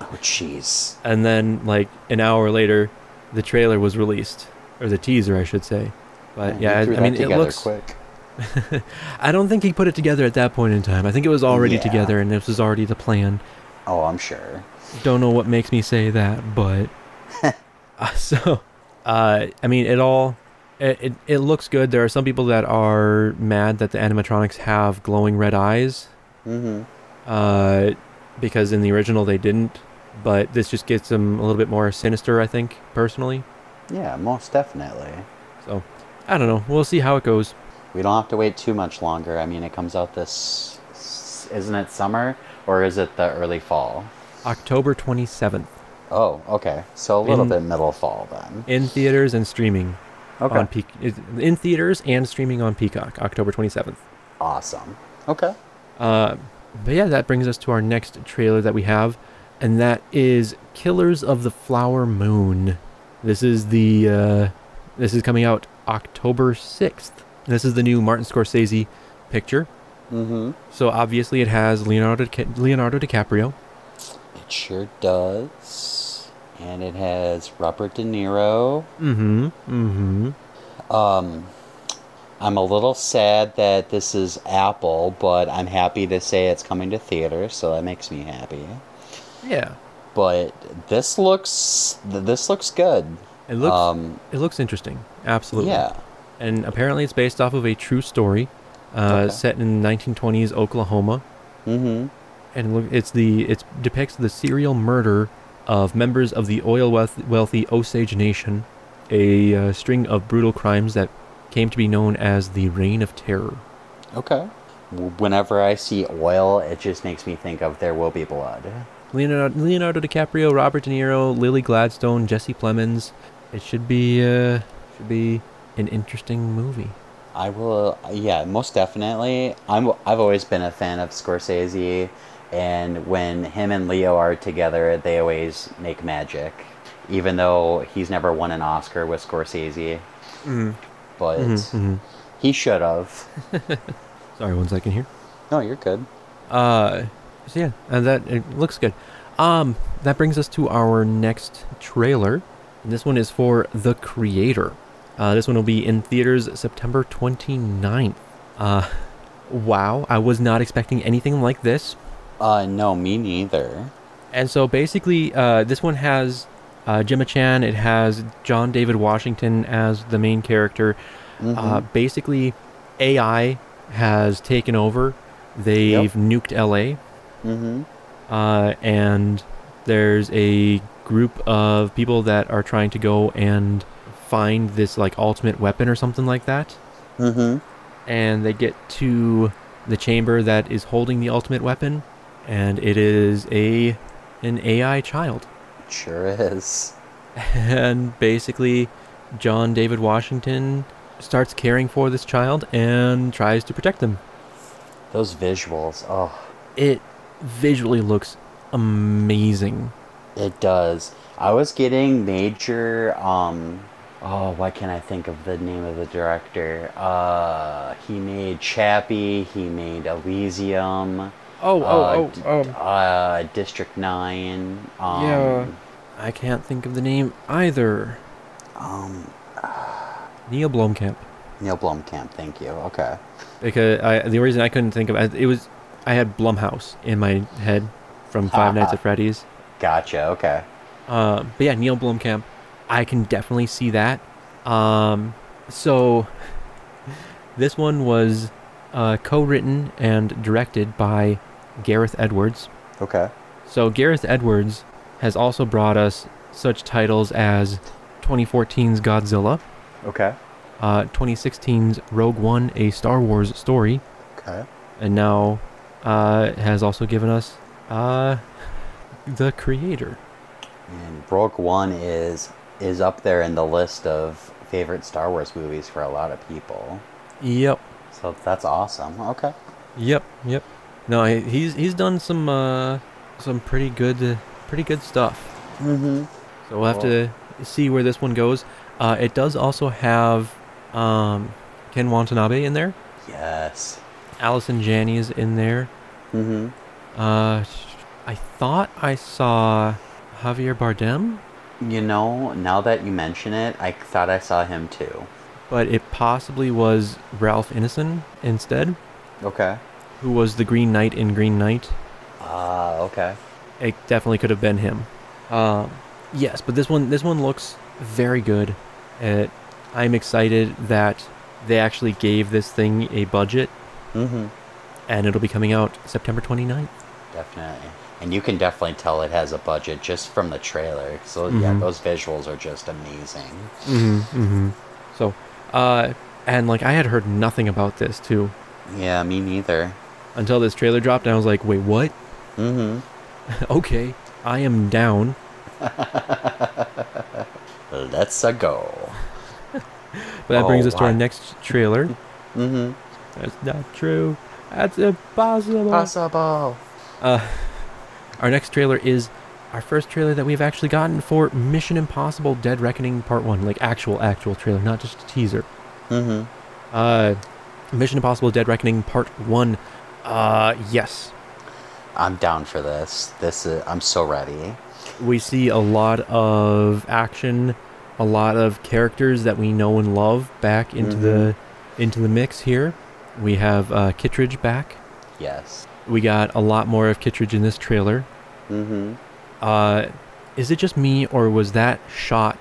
Speaker 2: Oh, jeez.
Speaker 1: And then like an hour later, the trailer was released, or the teaser, I should say. But Uh, yeah, I,
Speaker 2: you threw
Speaker 1: I mean,
Speaker 2: that
Speaker 1: it
Speaker 2: together
Speaker 1: looks.
Speaker 2: quick.
Speaker 1: I don't think he put it together at that point in time. I think it was already
Speaker 2: Yeah.
Speaker 1: together, and this was already the plan.
Speaker 2: Oh, I'm sure.
Speaker 1: don't know what makes me say that, but uh, so uh, I mean, it all it, it it looks good. There are some people that are mad that the animatronics have glowing red eyes
Speaker 2: Mm-hmm.
Speaker 1: uh, because in the original they didn't, but this just gets them a little bit more sinister. I think personally,
Speaker 2: Yeah, most definitely.
Speaker 1: so I don't know. We'll see how it goes.
Speaker 2: We don't have to wait too much longer. I mean, it comes out this. Isn't it summer? Or is it the early fall?
Speaker 1: October twenty seventh
Speaker 2: Oh, okay. So a little
Speaker 1: In-
Speaker 2: bit middle fall then.
Speaker 1: in theaters and streaming
Speaker 2: Okay.
Speaker 1: on Peac- in theaters and streaming on Peacock. October twenty seventh.
Speaker 2: Awesome. Okay.
Speaker 1: Uh, but yeah, that brings us to our next trailer that we have, and that is Killers of the Flower Moon. This is the uh, this is coming out October sixth. This is the new Martin Scorsese picture.
Speaker 2: Mm-hmm.
Speaker 1: So obviously, it has Leonardo Dica- Leonardo DiCaprio.
Speaker 2: It sure does. And it has Robert De Niro.
Speaker 1: Mm-hmm. Mm-hmm.
Speaker 2: Um, I'm a little sad that this is Apple, but I'm happy to say it's coming to theater, so that makes me happy.
Speaker 1: Yeah.
Speaker 2: But this looks th- this looks good.
Speaker 1: It looks
Speaker 2: Um,
Speaker 1: it looks interesting. Absolutely.
Speaker 2: yeah.
Speaker 1: And apparently, it's based off of a true story, uh,
Speaker 2: Okay.
Speaker 1: set in 1920s Oklahoma.
Speaker 2: Mm-hmm.
Speaker 1: and look, it's the it depicts the serial murder of members of the oil wealth, wealthy Osage Nation, a uh, string of brutal crimes that came to be known as the Reign of Terror.
Speaker 2: Okay. W- Whenever I see oil, it just makes me think of There Will Be Blood.
Speaker 1: Leonardo, Leonardo DiCaprio, Robert De Niro, Lily Gladstone, Jesse Plemons. It should be uh, should be an interesting movie.
Speaker 2: I will, yeah, most definitely. I'm, I've always been a fan of Scorsese, and when him and Leo are together, they always make magic. Even though he's never won an Oscar with Scorsese, Mm-hmm. but
Speaker 1: Mhm.
Speaker 2: he should have.
Speaker 1: Sorry, one second here.
Speaker 2: No, you're good.
Speaker 1: Uh, so yeah, and that it looks good. Um, that brings us to our next trailer. And this one is for The Creator. Uh, this one will be in theaters September 29th. Uh, wow, I was not expecting anything like this.
Speaker 2: Uh, no, me neither.
Speaker 1: And so basically, uh, this one has uh, Gemma Chan. It has John David Washington as the main character. Uh, basically, AI has taken over. They've nuked LA.
Speaker 2: Mm-hmm.
Speaker 1: uh, and there's a group of people that are trying to go and find this like ultimate weapon or something like that
Speaker 2: Mm-hmm.
Speaker 1: and they get to the chamber that is holding the ultimate weapon and it is a an AI child
Speaker 2: Sure is.
Speaker 1: and basically John David Washington starts caring for this child and tries to protect them
Speaker 2: Those visuals, oh,
Speaker 1: it visually looks amazing
Speaker 2: It does. I was getting major um oh why can't I think of the name of the director? Uh he made Chappie, he made Elysium,
Speaker 1: oh
Speaker 2: uh, d- uh District Nine, um
Speaker 1: Yeah. I can't think of the name either.
Speaker 2: um
Speaker 1: Neil Blomkamp.
Speaker 2: Neil Blomkamp, thank you. Okay.
Speaker 1: Because I, the reason I couldn't think of it, it was I had Blumhouse in my head from Five Nights at Freddy's.
Speaker 2: Gotcha, okay.
Speaker 1: Um, but yeah, Neil Blomkamp. I can definitely see that. Um, so this one was uh, co-written and directed by Gareth Edwards.
Speaker 2: Okay.
Speaker 1: So Gareth Edwards has also brought us such titles as 2014's Godzilla.
Speaker 2: Okay.
Speaker 1: uh, 2016's Rogue One, a Star Wars story,
Speaker 2: Okay.
Speaker 1: and now uh, has also given us Uh, the creator.
Speaker 2: And Rogue One is is up there in the list of favorite Star Wars movies for a lot of people.
Speaker 1: Yep.
Speaker 2: So that's awesome. Okay.
Speaker 1: Yep. Yep. No, he- he's he's done some uh some pretty good pretty good stuff.
Speaker 2: Mm-hmm.
Speaker 1: So we'll have to see where this one goes. Uh, it does also have um Ken Watanabe in there.
Speaker 2: Yes.
Speaker 1: Allison Janney is in there.
Speaker 2: Mm-hmm.
Speaker 1: Uh, I thought I saw Javier Bardem,
Speaker 2: You know, now that you mention it, I thought I saw him too.
Speaker 1: but it possibly was Ralph Ineson instead,
Speaker 2: Okay.
Speaker 1: who was the Green Knight in Green Knight.
Speaker 2: Ah, okay.
Speaker 1: It definitely could have been him. Um, yes, but this one this one looks very good. It, I'm excited that they actually gave this thing a budget,
Speaker 2: Mm-hmm.
Speaker 1: and it'll be coming out September 29th.
Speaker 2: Definitely. And you can definitely tell it has a budget just from the trailer. So yeah,
Speaker 1: Mhm.
Speaker 2: those visuals are just amazing.
Speaker 1: Mm-hmm. mm-hmm. So, uh, and like I had heard nothing about this too
Speaker 2: Yeah, me neither.
Speaker 1: until this trailer dropped, and I was like, wait, what?
Speaker 2: Mm-hmm.
Speaker 1: okay, I am down.
Speaker 2: Let's a go.
Speaker 1: But that brings
Speaker 2: Oh,
Speaker 1: us to our
Speaker 2: wow.
Speaker 1: next trailer.
Speaker 2: Mm-hmm.
Speaker 1: That's not true. That's impossible.
Speaker 2: Possible.
Speaker 1: uh, our next trailer is our first trailer that we've actually gotten for Mission Impossible: Dead Reckoning Part One, like actual actual trailer, not just a teaser.
Speaker 2: Mm-hmm.
Speaker 1: Uh, Mission Impossible: Dead Reckoning Part One. Uh, yes,
Speaker 2: I'm down for this. This is. I'm so ready.
Speaker 1: we see a lot of action, a lot of characters that we know and love back into the into the mix here. We have uh, Kittredge back.
Speaker 2: Yes.
Speaker 1: We got a lot more of Kittredge in this trailer.
Speaker 2: Mm-hmm.
Speaker 1: Uh, is it just me, or was that shot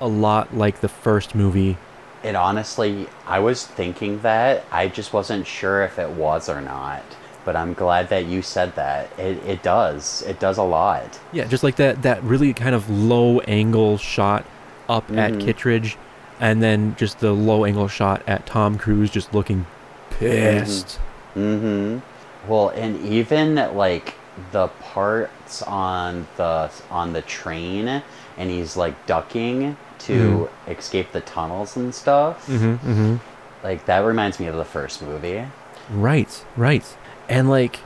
Speaker 1: a lot like the first movie?
Speaker 2: It honestly, I was thinking that. I just wasn't sure if it was or not. But I'm glad that you said that. It, it does. It does a lot.
Speaker 1: Yeah, just like that that really kind of low angle shot up at
Speaker 2: Mhm.
Speaker 1: Kittredge, and then just the low angle shot at Tom Cruise just looking pissed.
Speaker 2: Mm-hmm. Well, and even like the parts on the on the train, and he's like ducking to escape the tunnels and stuff.
Speaker 1: Mm-hmm, mm-hmm.
Speaker 2: Like that reminds me of the first movie.
Speaker 1: Right, right. And like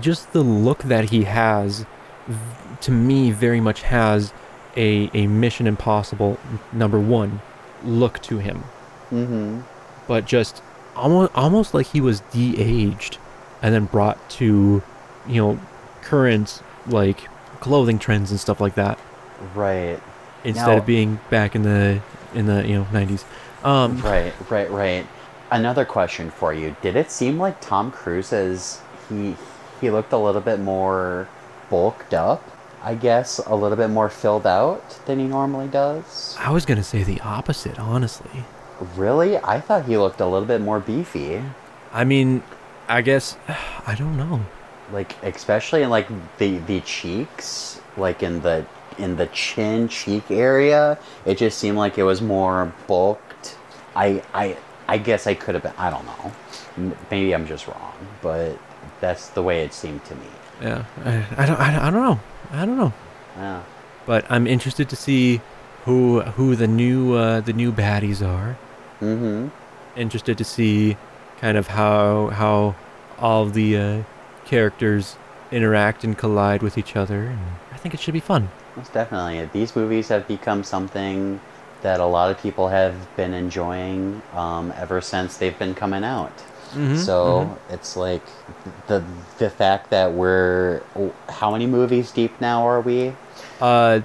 Speaker 1: just the look that he has v- to me very much has a a Mission Impossible number 1 look to him,
Speaker 2: Mm-hmm.
Speaker 1: but just almost almost like he was de-aged and then brought to, you know, current like clothing trends and stuff like that
Speaker 2: Right.
Speaker 1: instead
Speaker 2: Now-
Speaker 1: of being back in the in the, you know, 90s. Um
Speaker 2: Right. Right. Right. Another question for you: Did it seem like Tom Cruise is he he looked a little bit more bulked up? I guess a little bit more filled out than he normally does.
Speaker 1: I was going to say the opposite, honestly.
Speaker 2: Really? I thought he looked a little bit more beefy.
Speaker 1: I mean, I guess I don't know.
Speaker 2: Like especially in like the the cheeks, like in the in the chin cheek area, it just seemed like it was more bulked. I I I guess I could have been I don't know. M- Maybe I'm just wrong, but that's the way it seemed to me.
Speaker 1: Yeah, I, I don't, I, I don't know, I don't know.
Speaker 2: Yeah.
Speaker 1: But I'm interested to see who who the new uh, the new baddies are.
Speaker 2: Mhm.
Speaker 1: Interested to see kind of how how all the uh, characters interact and collide with each other. And I think it should be fun.
Speaker 2: Most definitely. These movies have become something that a lot of people have been enjoying um, ever since they've been coming out. Mm-hmm.
Speaker 1: Mhm,
Speaker 2: so it's like the the fact that we're how many movies deep now are we?
Speaker 1: Uh,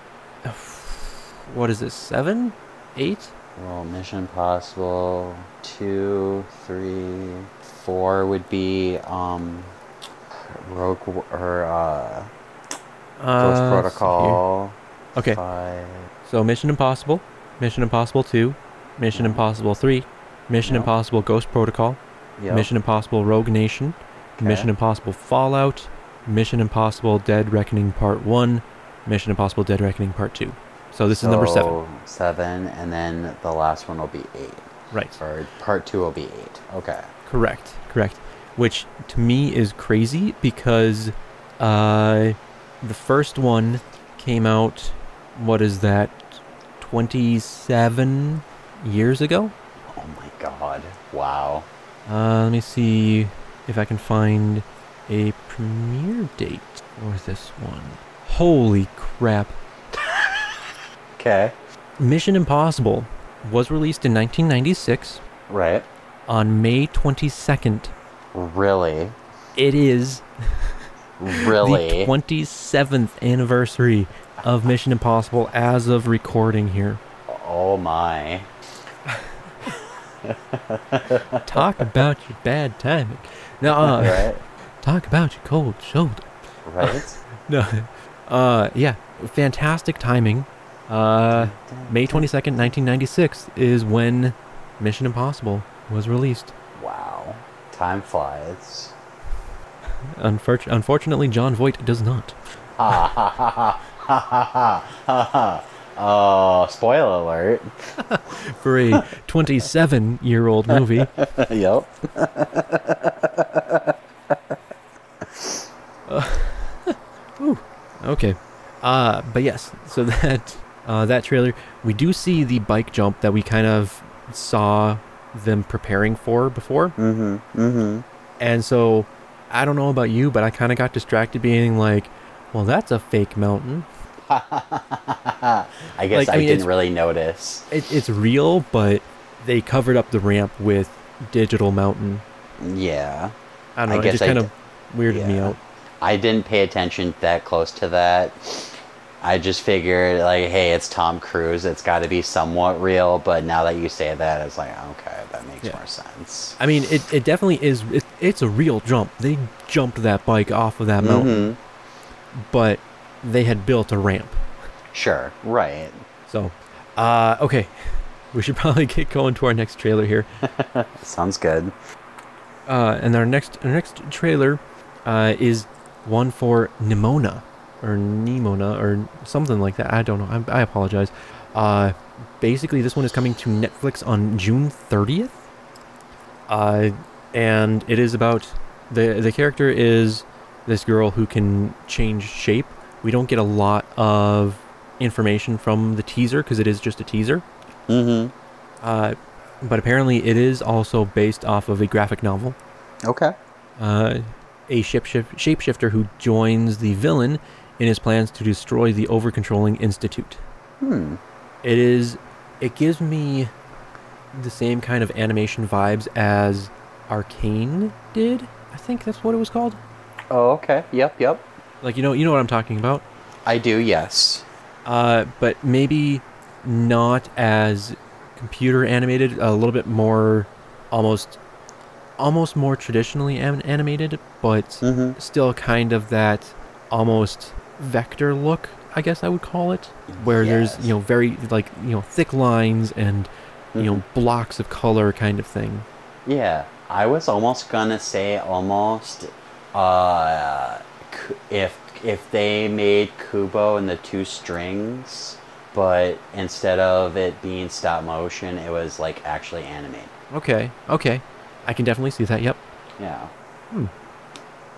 Speaker 1: what is this? Seven, eight?
Speaker 2: Well, Mission Impossible two, three, four would be um, Rogue W- or uh,
Speaker 1: Uh,
Speaker 2: Ghost
Speaker 1: let's see
Speaker 2: Protocol.
Speaker 1: here. Okay.
Speaker 2: Five.
Speaker 1: So Mission Impossible, Mission Impossible 2, Mission
Speaker 2: Yeah.
Speaker 1: Impossible 3, Mission
Speaker 2: Mm-hmm. Yeah.
Speaker 1: Impossible Ghost Protocol,
Speaker 2: Yep.
Speaker 1: Mission Impossible Rogue Nation, Mission
Speaker 2: Okay.
Speaker 1: Impossible Fallout, Mission Impossible Dead Reckoning Part 1, Mission Impossible Dead Reckoning Part 2. So this is number 7.
Speaker 2: So, Seven, and then the last one will be eight.
Speaker 1: Right.
Speaker 2: Or part two will be eight. Okay.
Speaker 1: Correct. Correct. Which to me is crazy because Uh, the first one came out, what is that, 27 years ago?
Speaker 2: Oh my god. Wow.
Speaker 1: Uh, let me see if I can find a premiere date for this one. Holy crap.
Speaker 2: Okay.
Speaker 1: Mission Impossible was released in 1996
Speaker 2: Right.
Speaker 1: on May 22nd.
Speaker 2: Really?
Speaker 1: It is
Speaker 2: Really?
Speaker 1: the 27th anniversary of Mission Impossible as of recording here.
Speaker 2: oh my.
Speaker 1: Talk about your bad timing. No, uh,
Speaker 2: Right?
Speaker 1: talk about your cold shoulder.
Speaker 2: Right?
Speaker 1: No, uh, yeah, fantastic timing. Uh, May 22nd, 1996 is when Mission Impossible was released.
Speaker 2: wow. Time flies.
Speaker 1: Unfor- unfortunately, John Voight does not.
Speaker 2: Ha ha ha ha ha ha ha ha. Oh, spoiler alert.
Speaker 1: For a 27 year old movie.
Speaker 2: yep.
Speaker 1: Okay. Uh, but yes, so that uh, that trailer, we do see the bike jump that we kind of saw them preparing for before.
Speaker 2: Mm-hmm. Mm-hmm.
Speaker 1: And so I don't know about you, but I kind of got distracted being like, well, that's a fake mountain.
Speaker 2: I guess
Speaker 1: Like, I
Speaker 2: I,
Speaker 1: mean,
Speaker 2: didn't
Speaker 1: it's-
Speaker 2: really notice.
Speaker 1: It, it's real, but they covered up the ramp with digital mountain.
Speaker 2: Yeah.
Speaker 1: I
Speaker 2: I
Speaker 1: don't know. it
Speaker 2: guess
Speaker 1: just
Speaker 2: I
Speaker 1: kind
Speaker 2: d-
Speaker 1: of weirded me
Speaker 2: yeah.
Speaker 1: out.
Speaker 2: I didn't pay attention that close to that. I just figured, like, hey, it's Tom Cruise. It's got to be somewhat real. But now that you say that, it's like, okay, that makes
Speaker 1: Yeah.
Speaker 2: more sense.
Speaker 1: I mean, it, it definitely is. It, it's a real jump. They jumped that bike off of that mountain,
Speaker 2: Mhm.
Speaker 1: but they had built a ramp.
Speaker 2: Sure. Right.
Speaker 1: So, uh, okay, we should probably get going to our next trailer here.
Speaker 2: Sounds good.
Speaker 1: Uh, and our next our next trailer uh, is one for Nimona or Nimona or something like that. I don't know. I, I apologize. Uh, basically, this one is coming to Netflix on June thirtieth. Uh, and it is about the the character is this girl who can change shape. We don't get a lot of information from the teaser because it is just a teaser.
Speaker 2: Mm-hmm.
Speaker 1: Uh, but apparently, it is also based off of a graphic novel.
Speaker 2: Okay.
Speaker 1: Uh, a ship shif- shapeshifter who joins the villain in his plans to destroy the overcontrolling institute.
Speaker 2: Hmm.
Speaker 1: It is. It gives me the same kind of animation vibes as Arcane did. I think that's what it was called.
Speaker 2: Oh, okay. Yep. Yep.
Speaker 1: Like you know, you know what I'm talking about.
Speaker 2: I do. Yes.
Speaker 1: uh, but maybe not as computer animated. A little bit more, almost, almost more traditionally an- animated, but
Speaker 2: Mm-hmm.
Speaker 1: still kind of that almost vector look. I guess I would call it, where there's
Speaker 2: Yes.
Speaker 1: you know very like you know thick lines and you know blocks of color kind of thing.
Speaker 2: Yeah, I was almost gonna say almost uh, Ku- if if they made Kubo and the two strings, but instead of it being stop motion, it was like actually animated.
Speaker 1: Okay, okay, I can definitely see that. Yep.
Speaker 2: Yeah.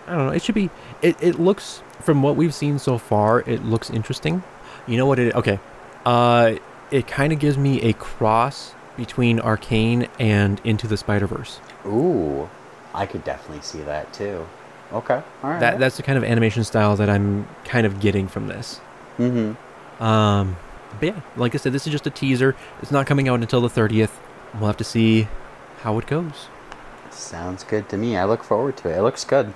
Speaker 1: I don't know. It should be. It, it looks from what we've seen so far. It looks interesting. You know what? It okay. Uh, it kind of gives me a cross between Arcane and Into the Spider Verse.
Speaker 2: Ooh, I could definitely see that too. Okay. All right.
Speaker 1: That that's the kind of animation style that I'm kind of getting from this.
Speaker 2: Mm-hmm.
Speaker 1: Um, but yeah, like I said, this is just a teaser. It's not coming out until the thirtieth. We'll have to see how it goes.
Speaker 2: Sounds good to me. I look forward to it. It looks good.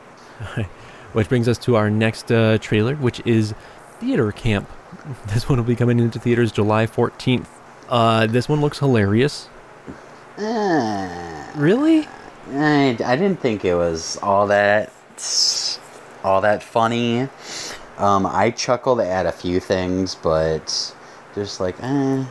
Speaker 1: Which brings us to our next uh, trailer, which is Theater Camp. This one will be coming into theaters July 14th. Uh, this one looks hilarious.
Speaker 2: Ah.
Speaker 1: Really?
Speaker 2: I, I didn't think it was all that all that funny. Um, I chuckled at a few things, but just like, eh.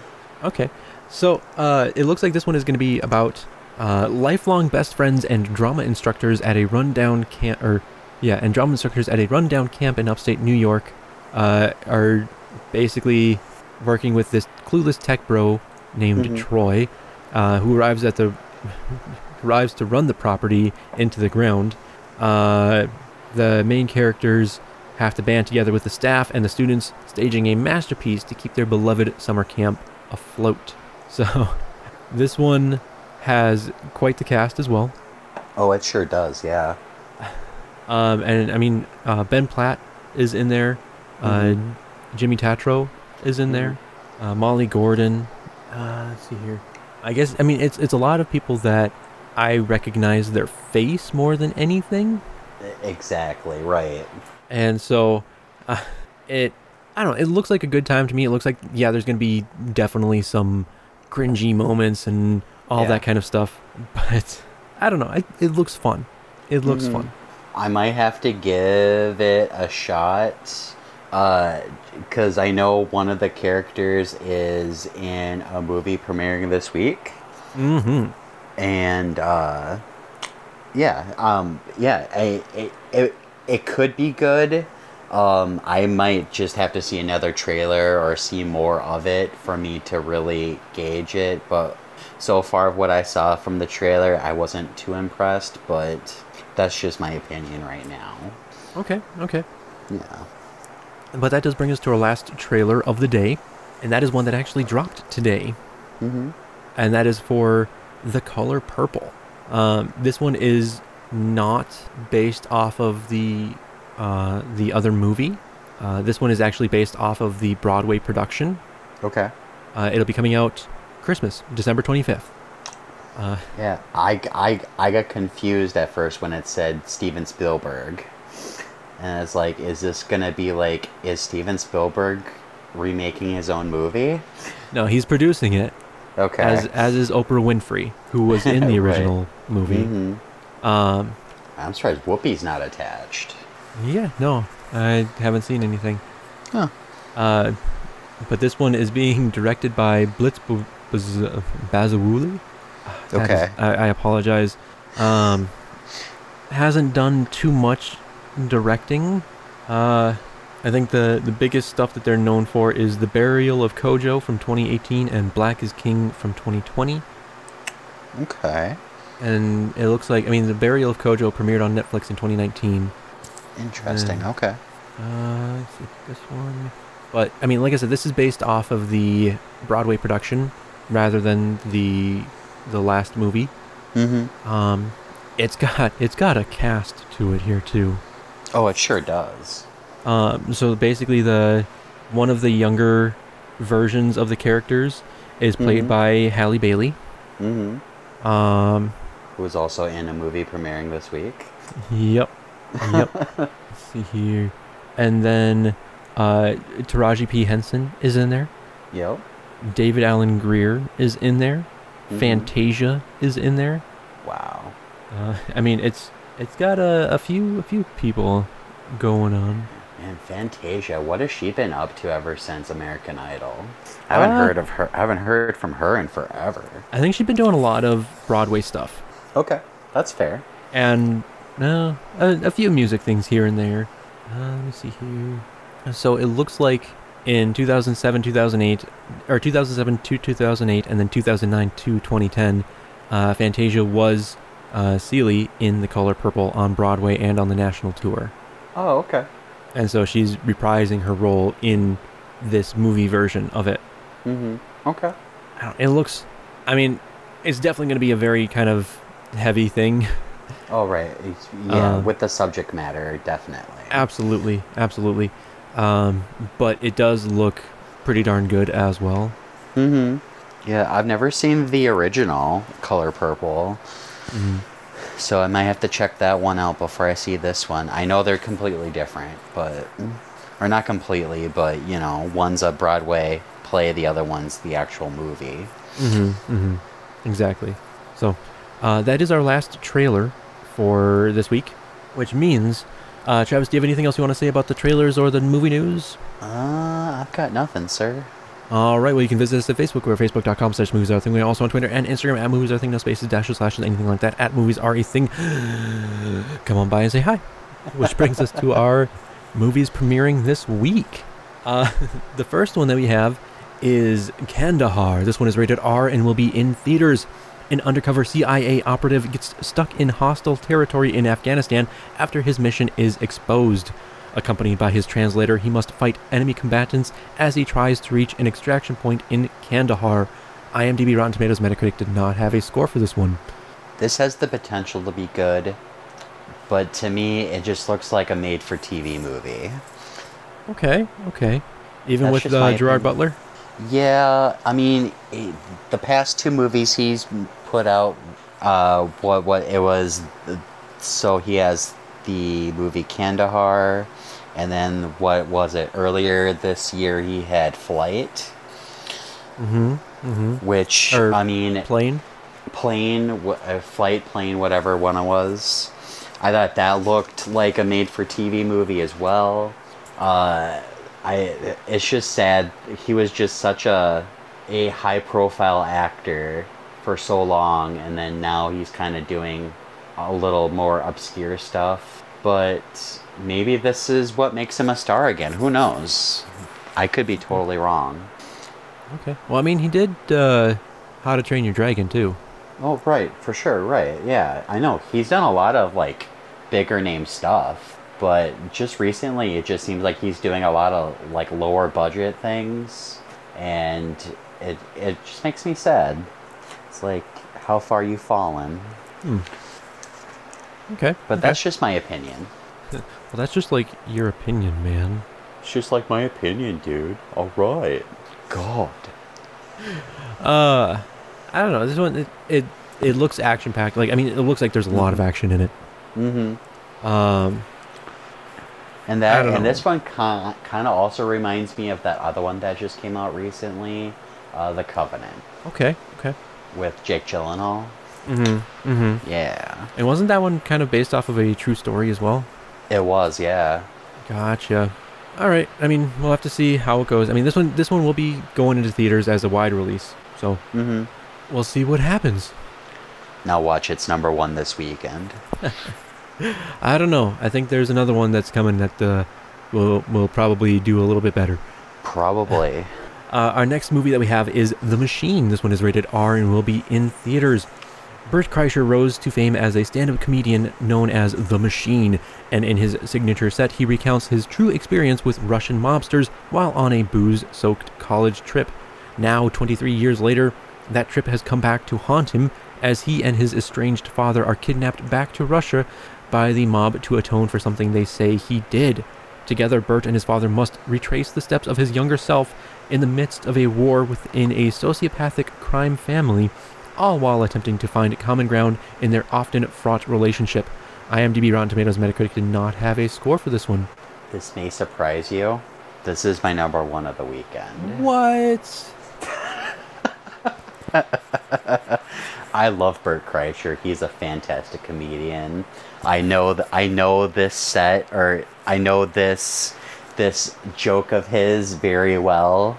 Speaker 1: Okay. So uh, it looks like this one is going to be about uh, lifelong best friends and drama instructors at a rundown camp, or yeah, and drama instructors at a rundown camp in upstate New York uh, are basically working with this clueless tech bro named
Speaker 2: Mhm.
Speaker 1: Troy, uh, who arrives at the arrives to run the property into the ground. Uh, the main characters have to band together with the staff and the students, staging a masterpiece to keep their beloved summer camp afloat. So, this one has quite the cast as well.
Speaker 2: Oh, it sure does. Yeah.
Speaker 1: Um, and I mean, uh, Ben Platt is in there. Uh, Jimmy Tatro is in there. Uh, Molly Gordon. Uh, let's see here. I guess I mean it's it's a lot of people that I recognize their face more than anything,
Speaker 2: E- Exactly. Right.
Speaker 1: and so uh, it I don't know. It looks like a good time to me. It looks like yeah, there's gonna be definitely some cringy moments and all
Speaker 2: Yeah.
Speaker 1: that kind of stuff, but I don't know. It, it looks fun. It looks fun.
Speaker 2: I might have to give it a shot because I know one of the characters is in a movie premiering this week,
Speaker 1: Mm-hmm.
Speaker 2: and uh, yeah, um, yeah, I, it, it it could be good. Um, I might just have to see another trailer or see more of it for me to really gauge it. But so far, what I saw from the trailer, I wasn't too impressed. But that's just my opinion right now.
Speaker 1: Okay. Okay.
Speaker 2: Yeah.
Speaker 1: But that does bring us to our last trailer of the day, and that is one that actually dropped today,
Speaker 2: hmm
Speaker 1: and that is for The Color Purple. Um, this one is not based off of the uh, the other movie. Uh, this one is actually based off of the Broadway production.
Speaker 2: Okay.
Speaker 1: Uh, it'll be coming out Christmas, December twenty fifth. Uh,
Speaker 2: Yeah. I, I, I got confused at first when it said Steven Spielberg. And it's like, is this going to be like, is Steven Spielberg remaking his own movie?
Speaker 1: no, he's producing it
Speaker 2: Okay.
Speaker 1: as as is Oprah Winfrey, who was in the
Speaker 2: Right.
Speaker 1: original movie.
Speaker 2: hmm
Speaker 1: Um,
Speaker 2: I'm surprised Whoopi's not attached.
Speaker 1: Yeah, no, I haven't seen anything.
Speaker 2: Huh.
Speaker 1: Uh, but this one is being directed by Blitz Bu- Baz- Bazawuli. That is-
Speaker 2: Okay.
Speaker 1: I, I apologize. Um, hasn't done too much directing. Uh, I think the, the biggest stuff that they're known for is The Burial of Kojo from 2018 and Black is King from 2020.
Speaker 2: Okay.
Speaker 1: And it looks like, I mean, The Burial of Kojo premiered on Netflix in 2019.
Speaker 2: Interesting.
Speaker 1: Yeah.
Speaker 2: Okay.
Speaker 1: Uh, let's see, this one. But I mean, like I said, this is based off of the Broadway production rather than the the last movie.
Speaker 2: hmm
Speaker 1: Um, it's got it's got a cast to it here too.
Speaker 2: Oh, it sure does.
Speaker 1: Um, so basically, the one of the younger versions of the characters is played
Speaker 2: Mhm.
Speaker 1: by Halle Bailey.
Speaker 2: hmm
Speaker 1: Um,
Speaker 2: Who was also in a movie premiering this week.
Speaker 1: Yep. Yep. Let's see here, and then uh, Taraji P Henson is in there.
Speaker 2: Yep.
Speaker 1: David Allen Greer is in there.
Speaker 2: Mhm.
Speaker 1: Fantasia is in there.
Speaker 2: Wow.
Speaker 1: Uh, I mean, it's it's got a, a few a few people going on.
Speaker 2: Man, Fantasia, what has she been up to ever since American Idol? I haven't
Speaker 1: Uh,
Speaker 2: heard of her. I haven't heard from her in forever.
Speaker 1: I think she's been doing a lot of Broadway stuff
Speaker 2: Okay, that's fair.
Speaker 1: and uh, a, a few music things here and there. Uh, let me see here. So it looks like in 2007, 2008, or 2007 to 2008, and then 2009 to 2010, uh, Fantasia was uh, Celie in The Color Purple on Broadway and on the national tour.
Speaker 2: Oh, okay.
Speaker 1: and so she's reprising her role in this movie version of it.
Speaker 2: Mhm. Okay.
Speaker 1: I don't, it looks, I mean, it's definitely going to be a very kind of heavy thing.
Speaker 2: All Oh, right. It's- Yeah,
Speaker 1: Uh,
Speaker 2: with the subject matter, definitely.
Speaker 1: Absolutely, absolutely. Um, but it does look pretty darn good as well.
Speaker 2: mhm. Yeah, I've never seen the original Color Purple, Mm-hmm. so I might have to check that one out before I see this one. I know they're completely different, but or not completely, but you know, one's a Broadway play, the other one's the actual movie.
Speaker 1: Mm-hmm. Exactly. So uh, that is our last trailer for this week, which means, uh, Travis, do you have anything else you want to say about the trailers or the movie news?
Speaker 2: Uh, I've got nothing, sir.
Speaker 1: All right. Well, you can visit us at Facebook. We're facebook.com slash movies are a thing. We're also on Twitter and Instagram at movies are a thing. No spaces, dashes, slashes, anything like that. At movies are a thing. Come on by and say hi. Which brings us to our movies premiering this week. Uh, the first one that we have is Kandahar. This one is rated R and will be in theaters. An undercover CIA operative gets stuck in hostile territory in Afghanistan after his mission is exposed. Accompanied by his translator, he must fight enemy combatants as he tries to reach an extraction point in Kandahar. IMDb Rotten Tomatoes Metacritic did not have a score for this one.
Speaker 2: This has the potential to be good, but to me, it just looks like a made for TV movie.
Speaker 1: Okay, okay. Even
Speaker 2: That's
Speaker 1: with
Speaker 2: just my
Speaker 1: uh, Gerard
Speaker 2: opinion.
Speaker 1: Butler?
Speaker 2: Yeah, I mean, it, the past two movies he's put out, uh, what what it was, the- so he has the movie Kandahar, and then what was it earlier this year he had Flight,
Speaker 1: Mm-hmm. Mm-hmm.
Speaker 2: which
Speaker 1: Or
Speaker 2: I mean,
Speaker 1: Plane?
Speaker 2: plane, wh- uh, flight, plane, whatever one it was. I thought that looked like a made-for-TV movie as well. Uh, I it's just sad he was just such a a high-profile actor for so long, and then now he's kind of doing a little more obscure stuff. But maybe this is what makes him a star again. Who knows? I could be totally wrong.
Speaker 1: Okay. Well, I mean, he did uh, How to Train Your Dragon, too.
Speaker 2: Oh, right, for sure, right. Yeah, I know. He's done a lot of like bigger name stuff, but just recently it just seems like he's doing a lot of like lower budget things and it it just makes me sad. It's like how far you've fallen.
Speaker 1: Okay.
Speaker 2: But
Speaker 1: okay.
Speaker 2: that's just my opinion.
Speaker 1: Well, that's just like your opinion, man.
Speaker 2: It's just like my opinion, dude. All right. God.
Speaker 1: Uh, I don't know. This one, it it, it looks action packed. Like, I mean, it looks like there's a lot of action in it.
Speaker 2: Mhm.
Speaker 1: Um, I
Speaker 2: And that
Speaker 1: don't
Speaker 2: and
Speaker 1: know.
Speaker 2: this one kind of also reminds me of that other one that just came out recently, uh, The Covenant.
Speaker 1: okay, okay.
Speaker 2: with Jake Gyllenhaal.
Speaker 1: Mm-hmm. Mm-hmm.
Speaker 2: Yeah,
Speaker 1: And wasn't that one kind of based off of a true story as well?
Speaker 2: it was. Yeah,
Speaker 1: Gotcha. All right. I mean, we'll have to see how it goes. I mean, this one, this one will be going into theaters as a wide release, so
Speaker 2: hmm
Speaker 1: we'll see what happens.
Speaker 2: now watch it's number one this weekend.
Speaker 1: I don't know. I think there's another one that's coming that uh, will will probably do a little bit better.
Speaker 2: Probably.
Speaker 1: Uh, our next movie that we have is The Machine. This one is rated R and will be in theaters. Bert Kreischer rose to fame as a stand up comedian known as The Machine, and in his signature set, he recounts his true experience with Russian mobsters while on a booze soaked college trip. Now, 23 years later, that trip has come back to haunt him as he and his estranged father are kidnapped back to Russia by the mob to atone for something they say he did. Together, Bert and his father must retrace the steps of his younger self in the midst of a war within a sociopathic crime family, all while attempting to find common ground in their often fraught relationship. IMDb Rotten Tomatoes Metacritic did not have a score for this one.
Speaker 2: this may surprise you. This is my number one of the weekend.
Speaker 1: What?
Speaker 2: I love Bert Kreischer. He's a fantastic comedian. I know th- I know this set or I know this this joke of his very well.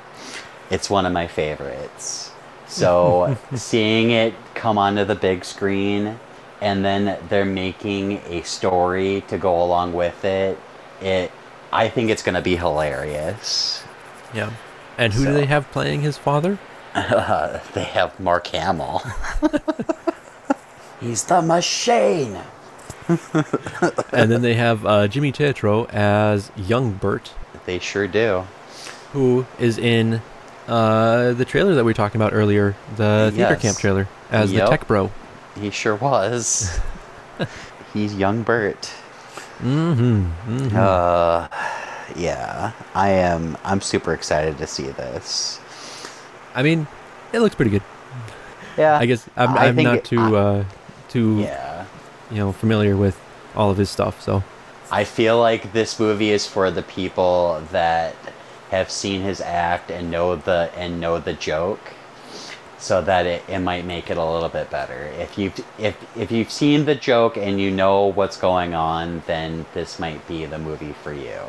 Speaker 2: It's one of my favorites. So seeing it come onto the big screen and then they're making a story to go along with it, it I think it's going to be hilarious.
Speaker 1: Yeah. And who do
Speaker 2: So-
Speaker 1: they have playing his father?
Speaker 2: Uh, They have Mark Hamill. He's the machine.
Speaker 1: and then they have uh, Jimmy Teatro as young Bert,
Speaker 2: They sure do.
Speaker 1: who is in uh, the trailer that we were talking about earlier, the theater
Speaker 2: Yes.
Speaker 1: camp trailer, as
Speaker 2: Yep.
Speaker 1: the tech bro.
Speaker 2: He sure was. He's young Bert.
Speaker 1: Mm-hmm. mm-hmm.
Speaker 2: Uh, yeah, I am. I'm super excited to see this.
Speaker 1: I mean, it looks pretty good.
Speaker 2: Yeah,
Speaker 1: I guess I'm,
Speaker 2: I
Speaker 1: I'm
Speaker 2: think
Speaker 1: not
Speaker 2: it-
Speaker 1: too uh, too
Speaker 2: Yeah,
Speaker 1: you know familiar with all of his stuff. So
Speaker 2: I feel like this movie is for the people that have seen his act and know the and know the joke, so that it, it might make it a little bit better. If you if if you've seen the joke and you know what's going on, then this might be the movie for you.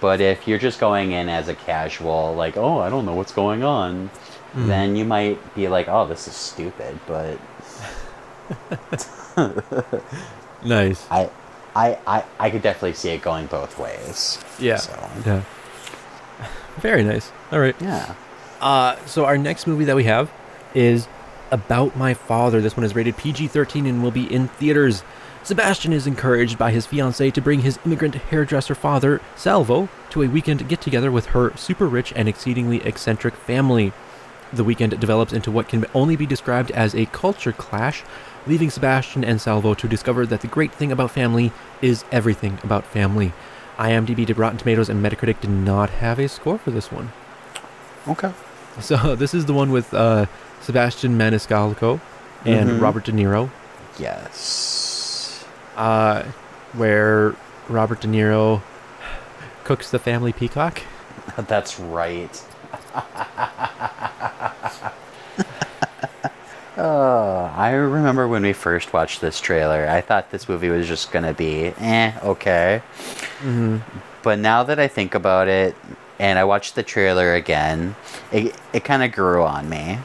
Speaker 2: But if you're just going in as a casual, like, oh, I don't know what's going on, then you might be like, oh, this is stupid. But
Speaker 1: nice.
Speaker 2: I, I, I, I could definitely see it going both ways.
Speaker 1: Yeah.
Speaker 2: So,
Speaker 1: Yeah. Very nice. All right.
Speaker 2: yeah.
Speaker 1: Uh, so our next movie that we have is About My Father. This one is rated PG-13 and will be in theaters. Sebastian is encouraged by his fiancée to bring his immigrant hairdresser father, Salvo, to a weekend get together with her super rich and exceedingly eccentric family. The weekend develops into what can only be described as a culture clash, leaving Sebastian and Salvo to discover that the great thing about family is everything about family. IMDb did Rotten Tomatoes and Metacritic did not have a score for this one.
Speaker 2: Okay.
Speaker 1: So this is the one with uh, Sebastian Maniscalco and
Speaker 2: Mhm.
Speaker 1: Robert De Niro,
Speaker 2: Yes.
Speaker 1: uh, where Robert De Niro cooks the family peacock.
Speaker 2: That's right. oh, I remember when we first watched this trailer. I thought this movie was just gonna be eh, okay. Mm-hmm. But now that I think about it, and I watched the trailer again, it it kind of grew on me.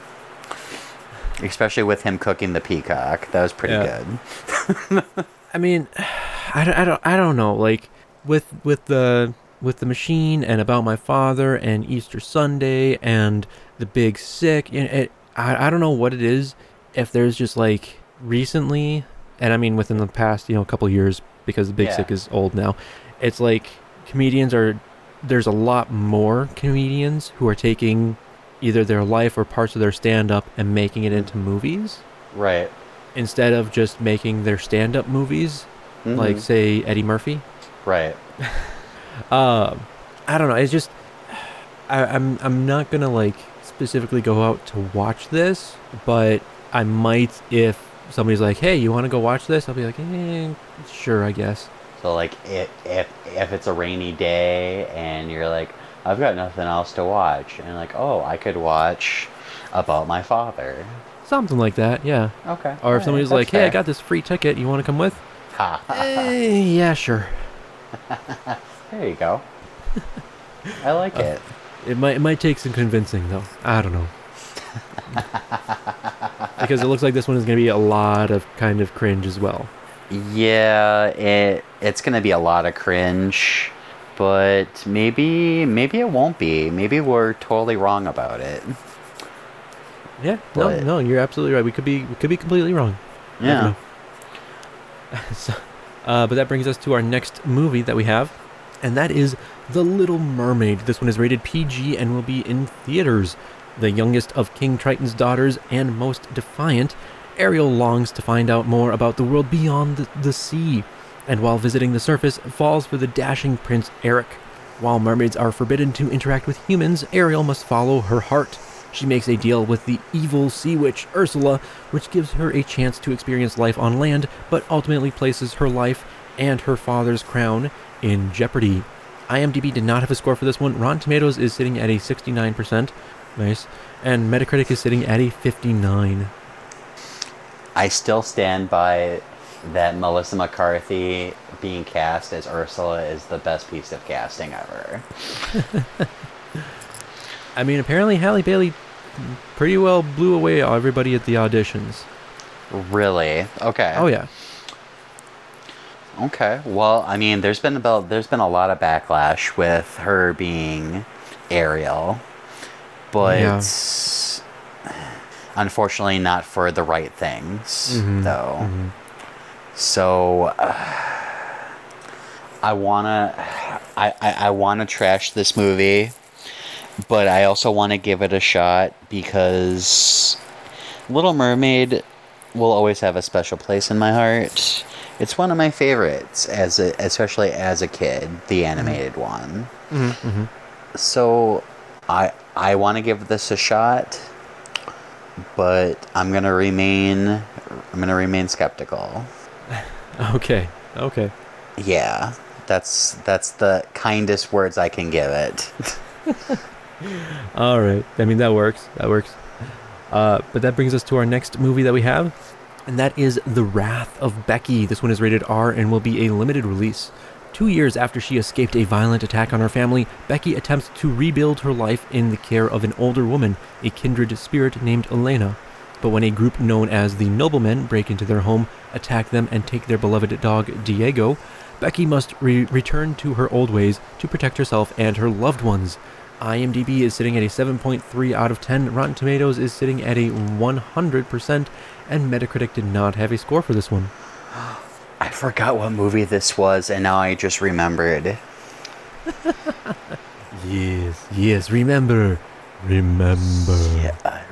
Speaker 2: Especially with him cooking the peacock, that was pretty
Speaker 1: Yeah.
Speaker 2: good.
Speaker 1: I mean, I don't, I don't, I don't know. Like with with the with the machine and about my father and Easter Sunday and the Big Sick. and It, I I don't know what it is. If there's just like recently, and I mean within the past, you know, couple years, because the Big
Speaker 2: Yeah.
Speaker 1: Sick is old now. It's like comedians are. There's a lot more comedians who are taking either their life or parts of their stand up and making it into movies
Speaker 2: Right.
Speaker 1: instead of just making their stand up movies like
Speaker 2: Mhm.
Speaker 1: say Eddie Murphy.
Speaker 2: right.
Speaker 1: Um, I don't know. It's just I, I'm I'm not gonna like specifically go out to watch this, but I might if somebody's like, "Hey, you want to go watch this?" I'll be like, eh, "Sure, I guess."
Speaker 2: So like if if if it's a rainy day and you're like I've got nothing else to watch and like oh I could watch about my father.
Speaker 1: Something like that, yeah.
Speaker 2: Okay.
Speaker 1: Or if somebody's like, "Hey, I got this free ticket. You want to come with?"
Speaker 2: Ha.
Speaker 1: eh, yeah, sure.
Speaker 2: There you go. I like it.
Speaker 1: It might it might take some convincing though. I don't know. because it looks like this one is going to be a lot of kind of cringe as well.
Speaker 2: Yeah, it it's gonna be a lot of cringe, but maybe maybe it won't be. Maybe we're totally wrong about it.
Speaker 1: Yeah, no,
Speaker 2: But-
Speaker 1: no, you're absolutely right. We could be we could be completely wrong.
Speaker 2: Yeah.
Speaker 1: so, uh, but that brings us to our next movie that we have, and that is The Little Mermaid. This one is rated PG and will be in theaters. The youngest of King Triton's daughters and most defiant, Ariel longs to find out more about the world beyond the, the sea, and while visiting the surface, falls for the dashing Prince Eric. While mermaids are forbidden to interact with humans, Ariel must follow her heart. She makes a deal with the evil sea witch Ursula, which gives her a chance to experience life on land, but ultimately places her life and her father's crown in jeopardy. IMDb did not have a score for this one. Rotten Tomatoes is sitting at a 69%. Nice. And Metacritic is sitting at a 59.
Speaker 2: I still stand by that Melissa McCarthy being cast as Ursula is the best piece of casting ever.
Speaker 1: I mean, apparently Halle Bailey pretty well blew away everybody at the auditions.
Speaker 2: Really? Okay.
Speaker 1: Oh, yeah.
Speaker 2: Okay. Well, I mean, there's been about there's been a lot of backlash with her being Ariel, but unfortunately, not for the right things
Speaker 1: Mhm,
Speaker 2: though. So uh, I wanna, I, I I wanna trash this movie, but I also wanna give it a shot because Little Mermaid will always have a special place in my heart. It's one of my favorites, as a, especially as a kid, the animated one.
Speaker 1: Mm-hmm.
Speaker 2: So, I I want to give this a shot, but I'm gonna remain I'm gonna remain skeptical.
Speaker 1: Okay. Okay.
Speaker 2: Yeah, that's that's the kindest words I can give it.
Speaker 1: All right. I mean, that works. That works. Uh, but that brings us to our next movie that we have, and that is The Wrath of Becky. This one is rated R and will be a limited release. Two years after she escaped a violent attack on her family, Becky attempts to rebuild her life in the care of an older woman, a kindred spirit named Elena. But when a group known as the Noblemen break into their home, attack them, and take their beloved dog, Diego, Becky must re- return to her old ways to protect herself and her loved ones. IMDb is sitting at a 7.3 out of 10. Rotten Tomatoes is sitting at a 100%, and Metacritic did not have a score for this one.
Speaker 2: I forgot what movie this was, and now I just remembered.
Speaker 1: Yes, yes. Remember, remember.
Speaker 2: Yeah, I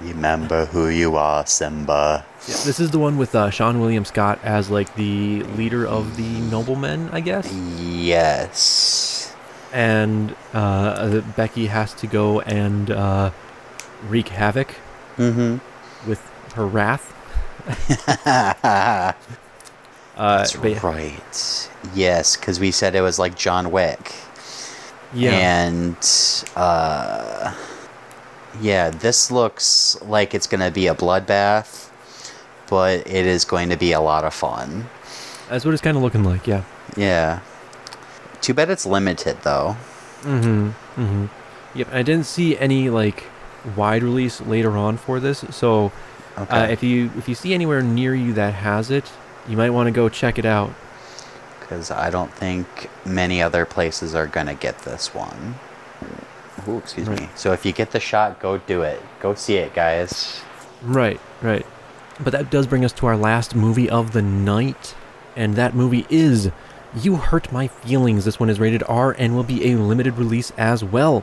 Speaker 2: remember who you are, Simba.
Speaker 1: Yeah, This is the one with uh, Sean William Scott as like the leader of the noblemen, I guess.
Speaker 2: Yes.
Speaker 1: And uh, the- Becky has to go and uh, wreak havoc
Speaker 2: Mm-hmm.
Speaker 1: with her wrath.
Speaker 2: That's
Speaker 1: Uh, but-
Speaker 2: right. Yes, because we said it was like John Wick.
Speaker 1: Yeah.
Speaker 2: And uh, yeah, this looks like it's gonna be a bloodbath, but it is going to be a lot of fun.
Speaker 1: That's what it's kind of looking like, yeah.
Speaker 2: Yeah. Too bad it's limited though.
Speaker 1: Mm-hmm. Mm-hmm. Yep. I didn't see any like wide release later on for this, so
Speaker 2: Okay.
Speaker 1: uh, if you if you see anywhere near you that has it, you might want to go check it out.
Speaker 2: because I don't think many other places are gonna get this one. Ooh, excuse
Speaker 1: Right.
Speaker 2: me. So if you get the shot, go do it. Go see it, guys.
Speaker 1: Right. Right. But that does bring us to our last movie of the night, and that movie is "You Hurt My Feelings." This one is rated R and will be a limited release as well.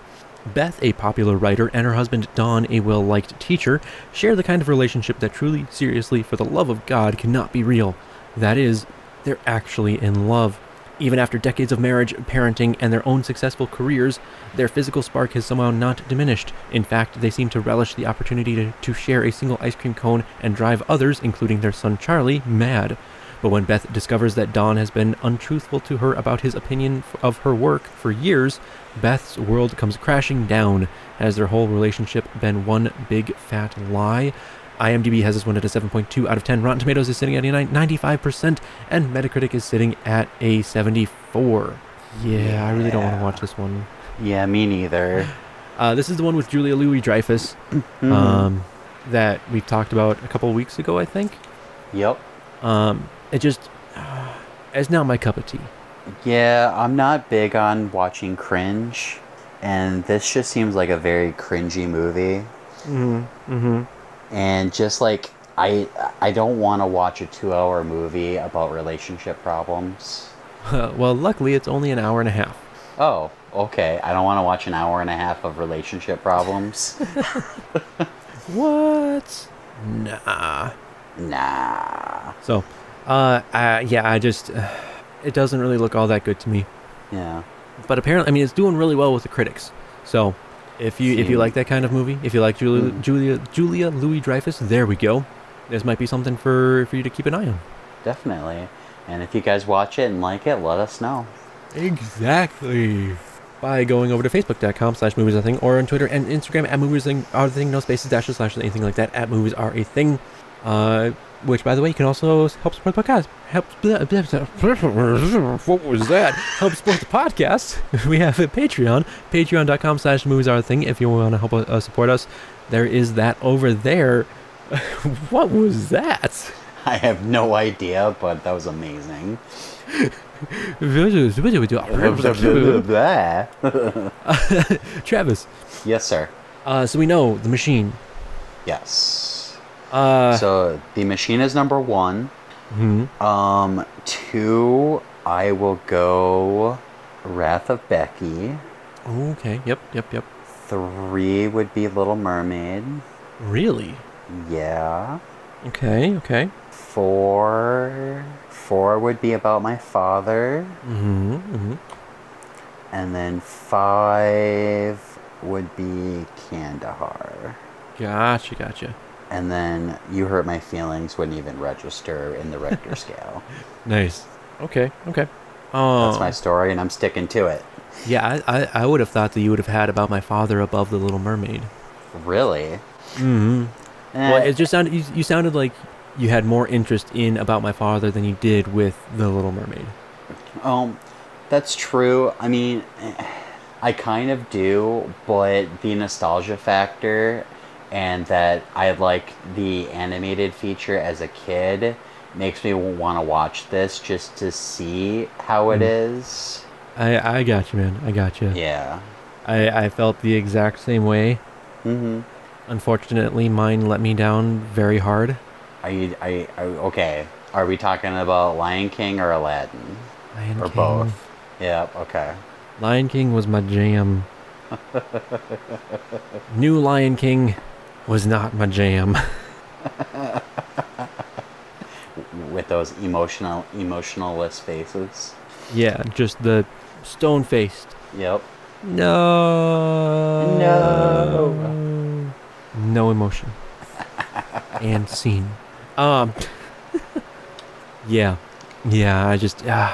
Speaker 1: Beth, a popular writer, and her husband Don, a well liked teacher, share the kind of relationship that truly, seriously, for the love of God, cannot be real. That is, they're actually in love. Even after decades of marriage, parenting, and their own successful careers, their physical spark has somehow not diminished. In fact, they seem to relish the opportunity to, to share a single ice cream cone and drive others, including their son Charlie, mad. But when Beth discovers that Don has been untruthful to her about his opinion f- of her work for years, Beth's world comes crashing down. Has their whole relationship been one big fat lie? IMDb has this one at a 7.2 out of 10. Rotten Tomatoes is sitting at a nine- 95%, and Metacritic is sitting at a 74. Yeah, I really don't want to
Speaker 2: Yeah.
Speaker 1: watch this one.
Speaker 2: Yeah, me neither.
Speaker 1: Uh, this is the one with Julia Louis Dreyfus
Speaker 2: Mhm.
Speaker 1: um, that we talked about a couple weeks ago, I think.
Speaker 2: yep.
Speaker 1: Um, it just, it's not my cup of tea.
Speaker 2: Yeah, I'm not big on watching cringe, and this just seems like a very cringy movie.
Speaker 1: Mm-hmm. Mm-hmm.
Speaker 2: And just like I, I don't want to watch a two-hour movie about relationship problems.
Speaker 1: Uh, well, luckily, it's only an hour and a half.
Speaker 2: Oh, okay. I don't want to watch an hour and a half of relationship problems.
Speaker 1: What? Nah.
Speaker 2: nah.
Speaker 1: So, uh, I, yeah, I just, it doesn't really look all that good to me.
Speaker 2: Yeah.
Speaker 1: But apparently, I mean, it's doing really well with the critics. So, if you if you
Speaker 2: Hmm.
Speaker 1: like that kind of movie, if you like Julia Julia Julia Louis Dreyfus, there we go. This might be something for for you to keep an eye on.
Speaker 2: Definitely. And if you guys watch it and like it, let us know.
Speaker 1: Exactly. By going over to facebook.com slash movies are a thing or on Twitter and Instagram at movies are a thing, no spaces, dashes, slashes, anything like that, at movies are a thing. Uh, which, by the way, you can also help support the podcast. Help, what was that? help support the podcast. We have a Patreon, patreon.com slash movies are a thing if you want to help uh, support us. There is that over there. what was that?
Speaker 2: I have no idea, but that was amazing.
Speaker 1: Travis,
Speaker 2: yes, sir.
Speaker 1: uh, so we know the machine.
Speaker 2: Yes.
Speaker 1: Uh,
Speaker 2: so the machine is number one.
Speaker 1: hmm
Speaker 2: Um, two, I will go Wrath of Becky.
Speaker 1: Oh, Okay. Yep. Yep. Yep.
Speaker 2: Three would be Little Mermaid.
Speaker 1: Really?
Speaker 2: Yeah.
Speaker 1: Okay. Okay.
Speaker 2: Four. Four would be about my father.
Speaker 1: Mm-hmm. mm-hmm.
Speaker 2: And then five would be Kandahar.
Speaker 1: Gotcha. Gotcha.
Speaker 2: And then You Hurt My Feelings wouldn't even register in the Richter scale.
Speaker 1: Nice. Okay. Okay.
Speaker 2: That's
Speaker 1: Um,
Speaker 2: my story, and I'm sticking to it.
Speaker 1: yeah, I, I, I would have thought that you would have had about my father above the Little Mermaid.
Speaker 2: Really?
Speaker 1: Mm-hmm.
Speaker 2: Eh.
Speaker 1: Well, it just sounded you, you sounded like you had more interest in about my father than you did with the Little Mermaid.
Speaker 2: Um, that's true. I mean, eh, I kind of do, but the nostalgia factor and that I like the animated feature as a kid makes me want to watch this just to see how it is.
Speaker 1: I I got you, man. I got you.
Speaker 2: Yeah.
Speaker 1: I I felt the exact same way.
Speaker 2: hmm
Speaker 1: Unfortunately, mine let me down very hard.
Speaker 2: Are you? Are you, are you okay? Are we talking about Lion King or Aladdin?
Speaker 1: Lion
Speaker 2: Or
Speaker 1: King.
Speaker 2: both? Yep, okay.
Speaker 1: Lion King was my jam. New Lion King was not my jam.
Speaker 2: With those emotional, emotionalist faces.
Speaker 1: yeah, just the stone faced.
Speaker 2: Yep.
Speaker 1: No.
Speaker 2: No.
Speaker 1: No emotion. and scene. Um. yeah, yeah. I just. Uh,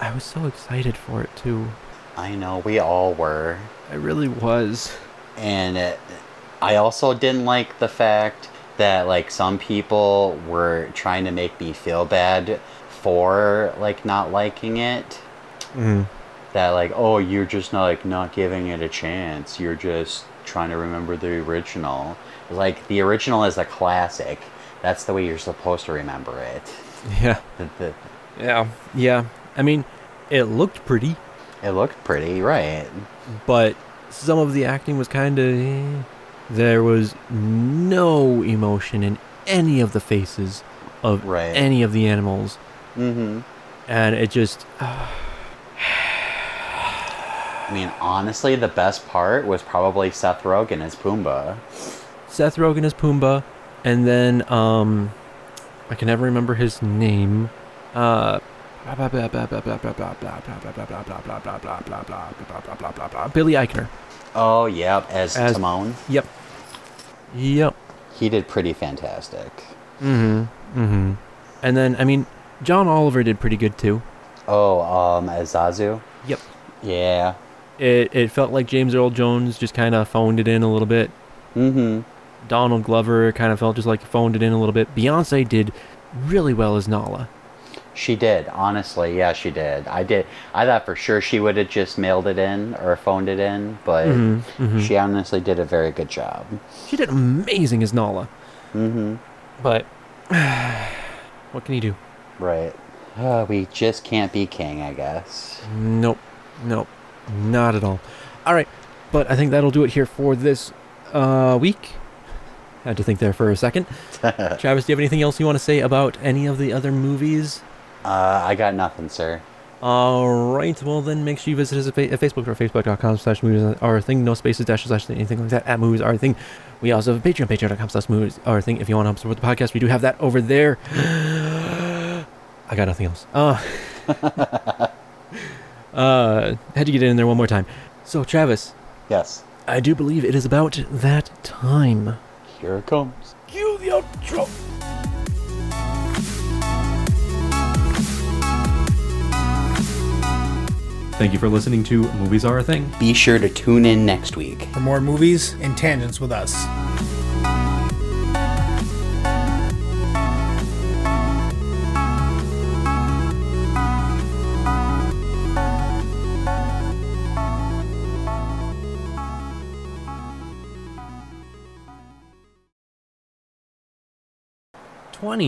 Speaker 1: I was so excited for it too.
Speaker 2: I know, we all were.
Speaker 1: I really was.
Speaker 2: and it, I also didn't like the fact that like some people were trying to make me feel bad for like not liking it.
Speaker 1: Mm.
Speaker 2: That like oh you're just not like not giving it a chance. You're just trying to remember the original. Like the original is a classic. That's the way you're supposed to remember it.
Speaker 1: Yeah.
Speaker 2: The, the,
Speaker 1: Yeah. Yeah. I mean, it looked pretty,
Speaker 2: it looked pretty, right?
Speaker 1: but some of the acting was kind of. There was no emotion in any of the faces of
Speaker 2: Right.
Speaker 1: any of the animals,
Speaker 2: Mm-hmm.
Speaker 1: and it just.
Speaker 2: I mean, honestly, the best part was probably Seth Rogen as Pumbaa.
Speaker 1: Seth Rogen as Pumbaa, and then um, I can never remember his name. Uh, Billy Eichner.
Speaker 2: Oh, yep, as,
Speaker 1: As-
Speaker 2: Timon.
Speaker 1: Yep. Yep.
Speaker 2: He did pretty fantastic.
Speaker 1: Mm-hmm. Mm-hmm. And then I mean, John Oliver did pretty good too.
Speaker 2: Oh, um, as Zazu?
Speaker 1: Yep.
Speaker 2: Yeah.
Speaker 1: It it felt like James Earl Jones just kind of phoned it in a little bit.
Speaker 2: Mm-hmm.
Speaker 1: Donald Glover kind of felt just like phoned it in a little bit. Beyonce did really well as Nala.
Speaker 2: She did, honestly. Yeah, she did. I did. I thought for sure she would have just mailed it in or phoned it in, but
Speaker 1: Mhm, mhm.
Speaker 2: she honestly did a very good job.
Speaker 1: She did amazing as Nala.
Speaker 2: Mm-hmm.
Speaker 1: But what can you do?
Speaker 2: Right. Uh, we just can't be king, I guess.
Speaker 1: Nope. Nope. Not at all. All right. But I think that'll do it here for this uh, week. Had to think there for a second. Travis, do you have anything else you want to say about any of the other movies?
Speaker 2: Uh, I got nothing, sir.
Speaker 1: All right. Well, then make sure you visit us at, fa- at Facebook or facebook.com slash movies our thing. No spaces, dashes, slash anything like that at movies our thing. We also have a Patreon, patreon.com slash movies our thing. If you want to help support the podcast, we do have that over there. I got nothing else. Uh, uh, had to get in there one more time. So, Travis,
Speaker 2: Yes.
Speaker 1: I do believe it is about that time.
Speaker 2: Here it comes.
Speaker 1: Cue the outro. Thank you for listening to Movies Are a Thing.
Speaker 2: Be sure to tune in next week.
Speaker 3: For more movies and tangents with us.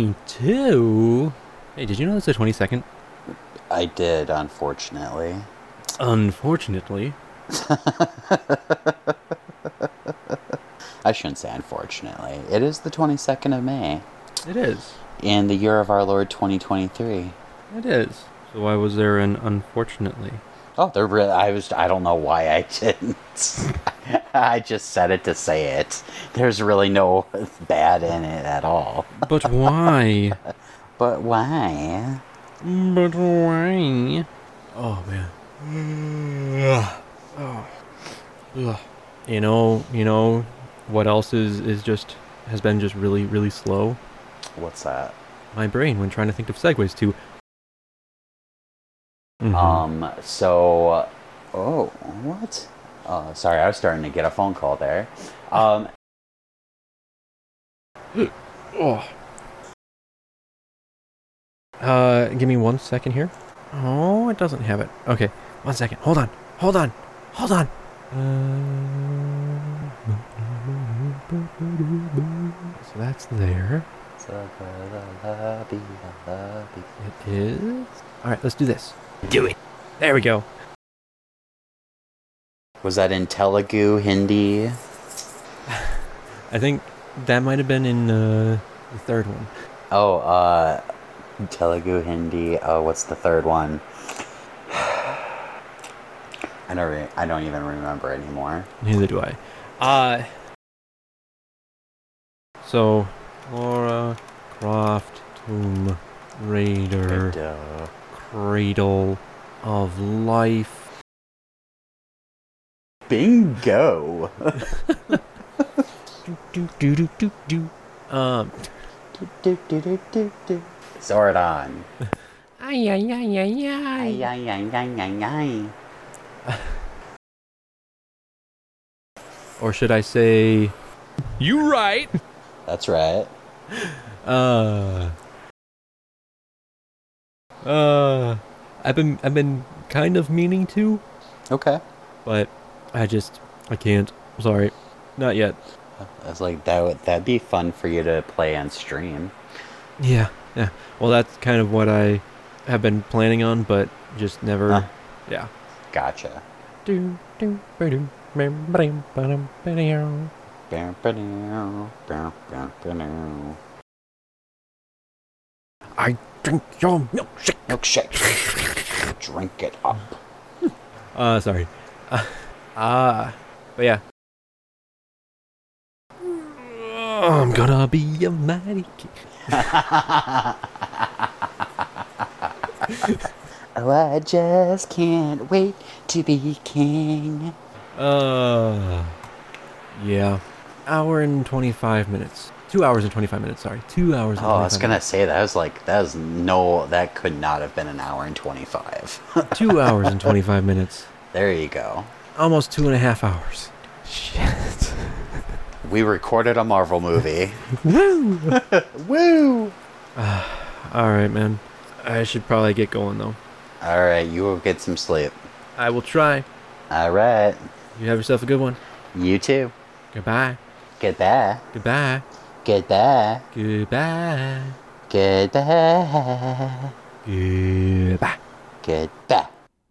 Speaker 1: Twenty-two. Hey, did you know it's the twenty-second?
Speaker 2: I did, unfortunately.
Speaker 1: Unfortunately.
Speaker 2: I shouldn't say unfortunately. It is the 22nd of May.
Speaker 1: It is.
Speaker 2: in the year of our Lord 2023.
Speaker 1: It is. So why was there an unfortunately?
Speaker 2: Oh, they're really, I was I don't know why I didn't. I just said it to say it. There's really no bad in it at all.
Speaker 1: But why?
Speaker 2: But why?
Speaker 1: but why? Oh man. You know, you know what else is is just has been just really really slow?
Speaker 2: What's that?
Speaker 1: My brain when trying to think of segues to Mhm.
Speaker 2: Um so oh, what? Oh, sorry, I was starting to get a phone call there. Um
Speaker 1: Oh. Uh, give me one second here. Oh, it doesn't have it. Okay, one second. Hold on. Hold on. Hold on. Uh, so that's there. It is. All right, let's do this. Do it. There we go.
Speaker 2: was that in Telugu, Hindi?
Speaker 1: I think that might have been in uh, the third one.
Speaker 2: Oh, uh, Telugu, Hindi. Uh, what's the third one? I don't. Re- I don't even remember anymore.
Speaker 1: Neither do I. Uh, so, Laura Croft Tomb Raider
Speaker 2: Duh.
Speaker 1: Cradle of Life.
Speaker 2: Bingo.
Speaker 1: Do, do, do, do, do, do. Um,
Speaker 2: Zordon.
Speaker 1: ay, ay, ay, ay, ay.
Speaker 2: Ay, ay, ay, ay, ay, ay.
Speaker 1: Or should I say, you right?
Speaker 2: That's right.
Speaker 1: Uh, uh, I've been, I've been kind of meaning to,
Speaker 2: Okay.
Speaker 1: but I just, I can't. I'm sorry, not yet.
Speaker 2: I was like, that would that'd be fun for you to play on stream.
Speaker 1: Yeah, yeah. Well, that's kind of what I have been planning on, but just never.
Speaker 2: Huh.
Speaker 1: Yeah.
Speaker 2: Gotcha. Bow, ba-dow, bow, bow, ba-dow.
Speaker 1: I drink your milkshake.
Speaker 2: Milkshake. Drink it up.
Speaker 1: Uh, sorry. Ah, uh, but yeah. I'm gonna be a mighty king.
Speaker 2: Oh, I just can't wait to be king.
Speaker 1: Uh, yeah. Hour and 25 minutes. Two hours and 25 minutes, sorry. Two hours and
Speaker 2: Oh, I was
Speaker 1: 25
Speaker 2: gonna say that was like that was no that could not have been an hour and twenty five.
Speaker 1: Two hours and 25 minutes.
Speaker 2: there you go.
Speaker 1: Almost two and a half hours. Shit.
Speaker 2: We recorded a Marvel movie.
Speaker 1: Woo!
Speaker 2: Woo!
Speaker 1: All right, man. I should probably get going though.
Speaker 2: All right, you will get some sleep.
Speaker 1: I will try.
Speaker 2: All right,
Speaker 1: You have yourself a good one.
Speaker 2: you too.
Speaker 1: Goodbye.
Speaker 2: Goodbye.
Speaker 1: Goodbye.
Speaker 2: Goodbye.
Speaker 1: Goodbye.
Speaker 2: Goodbye.
Speaker 1: Goodbye.
Speaker 2: Goodbye.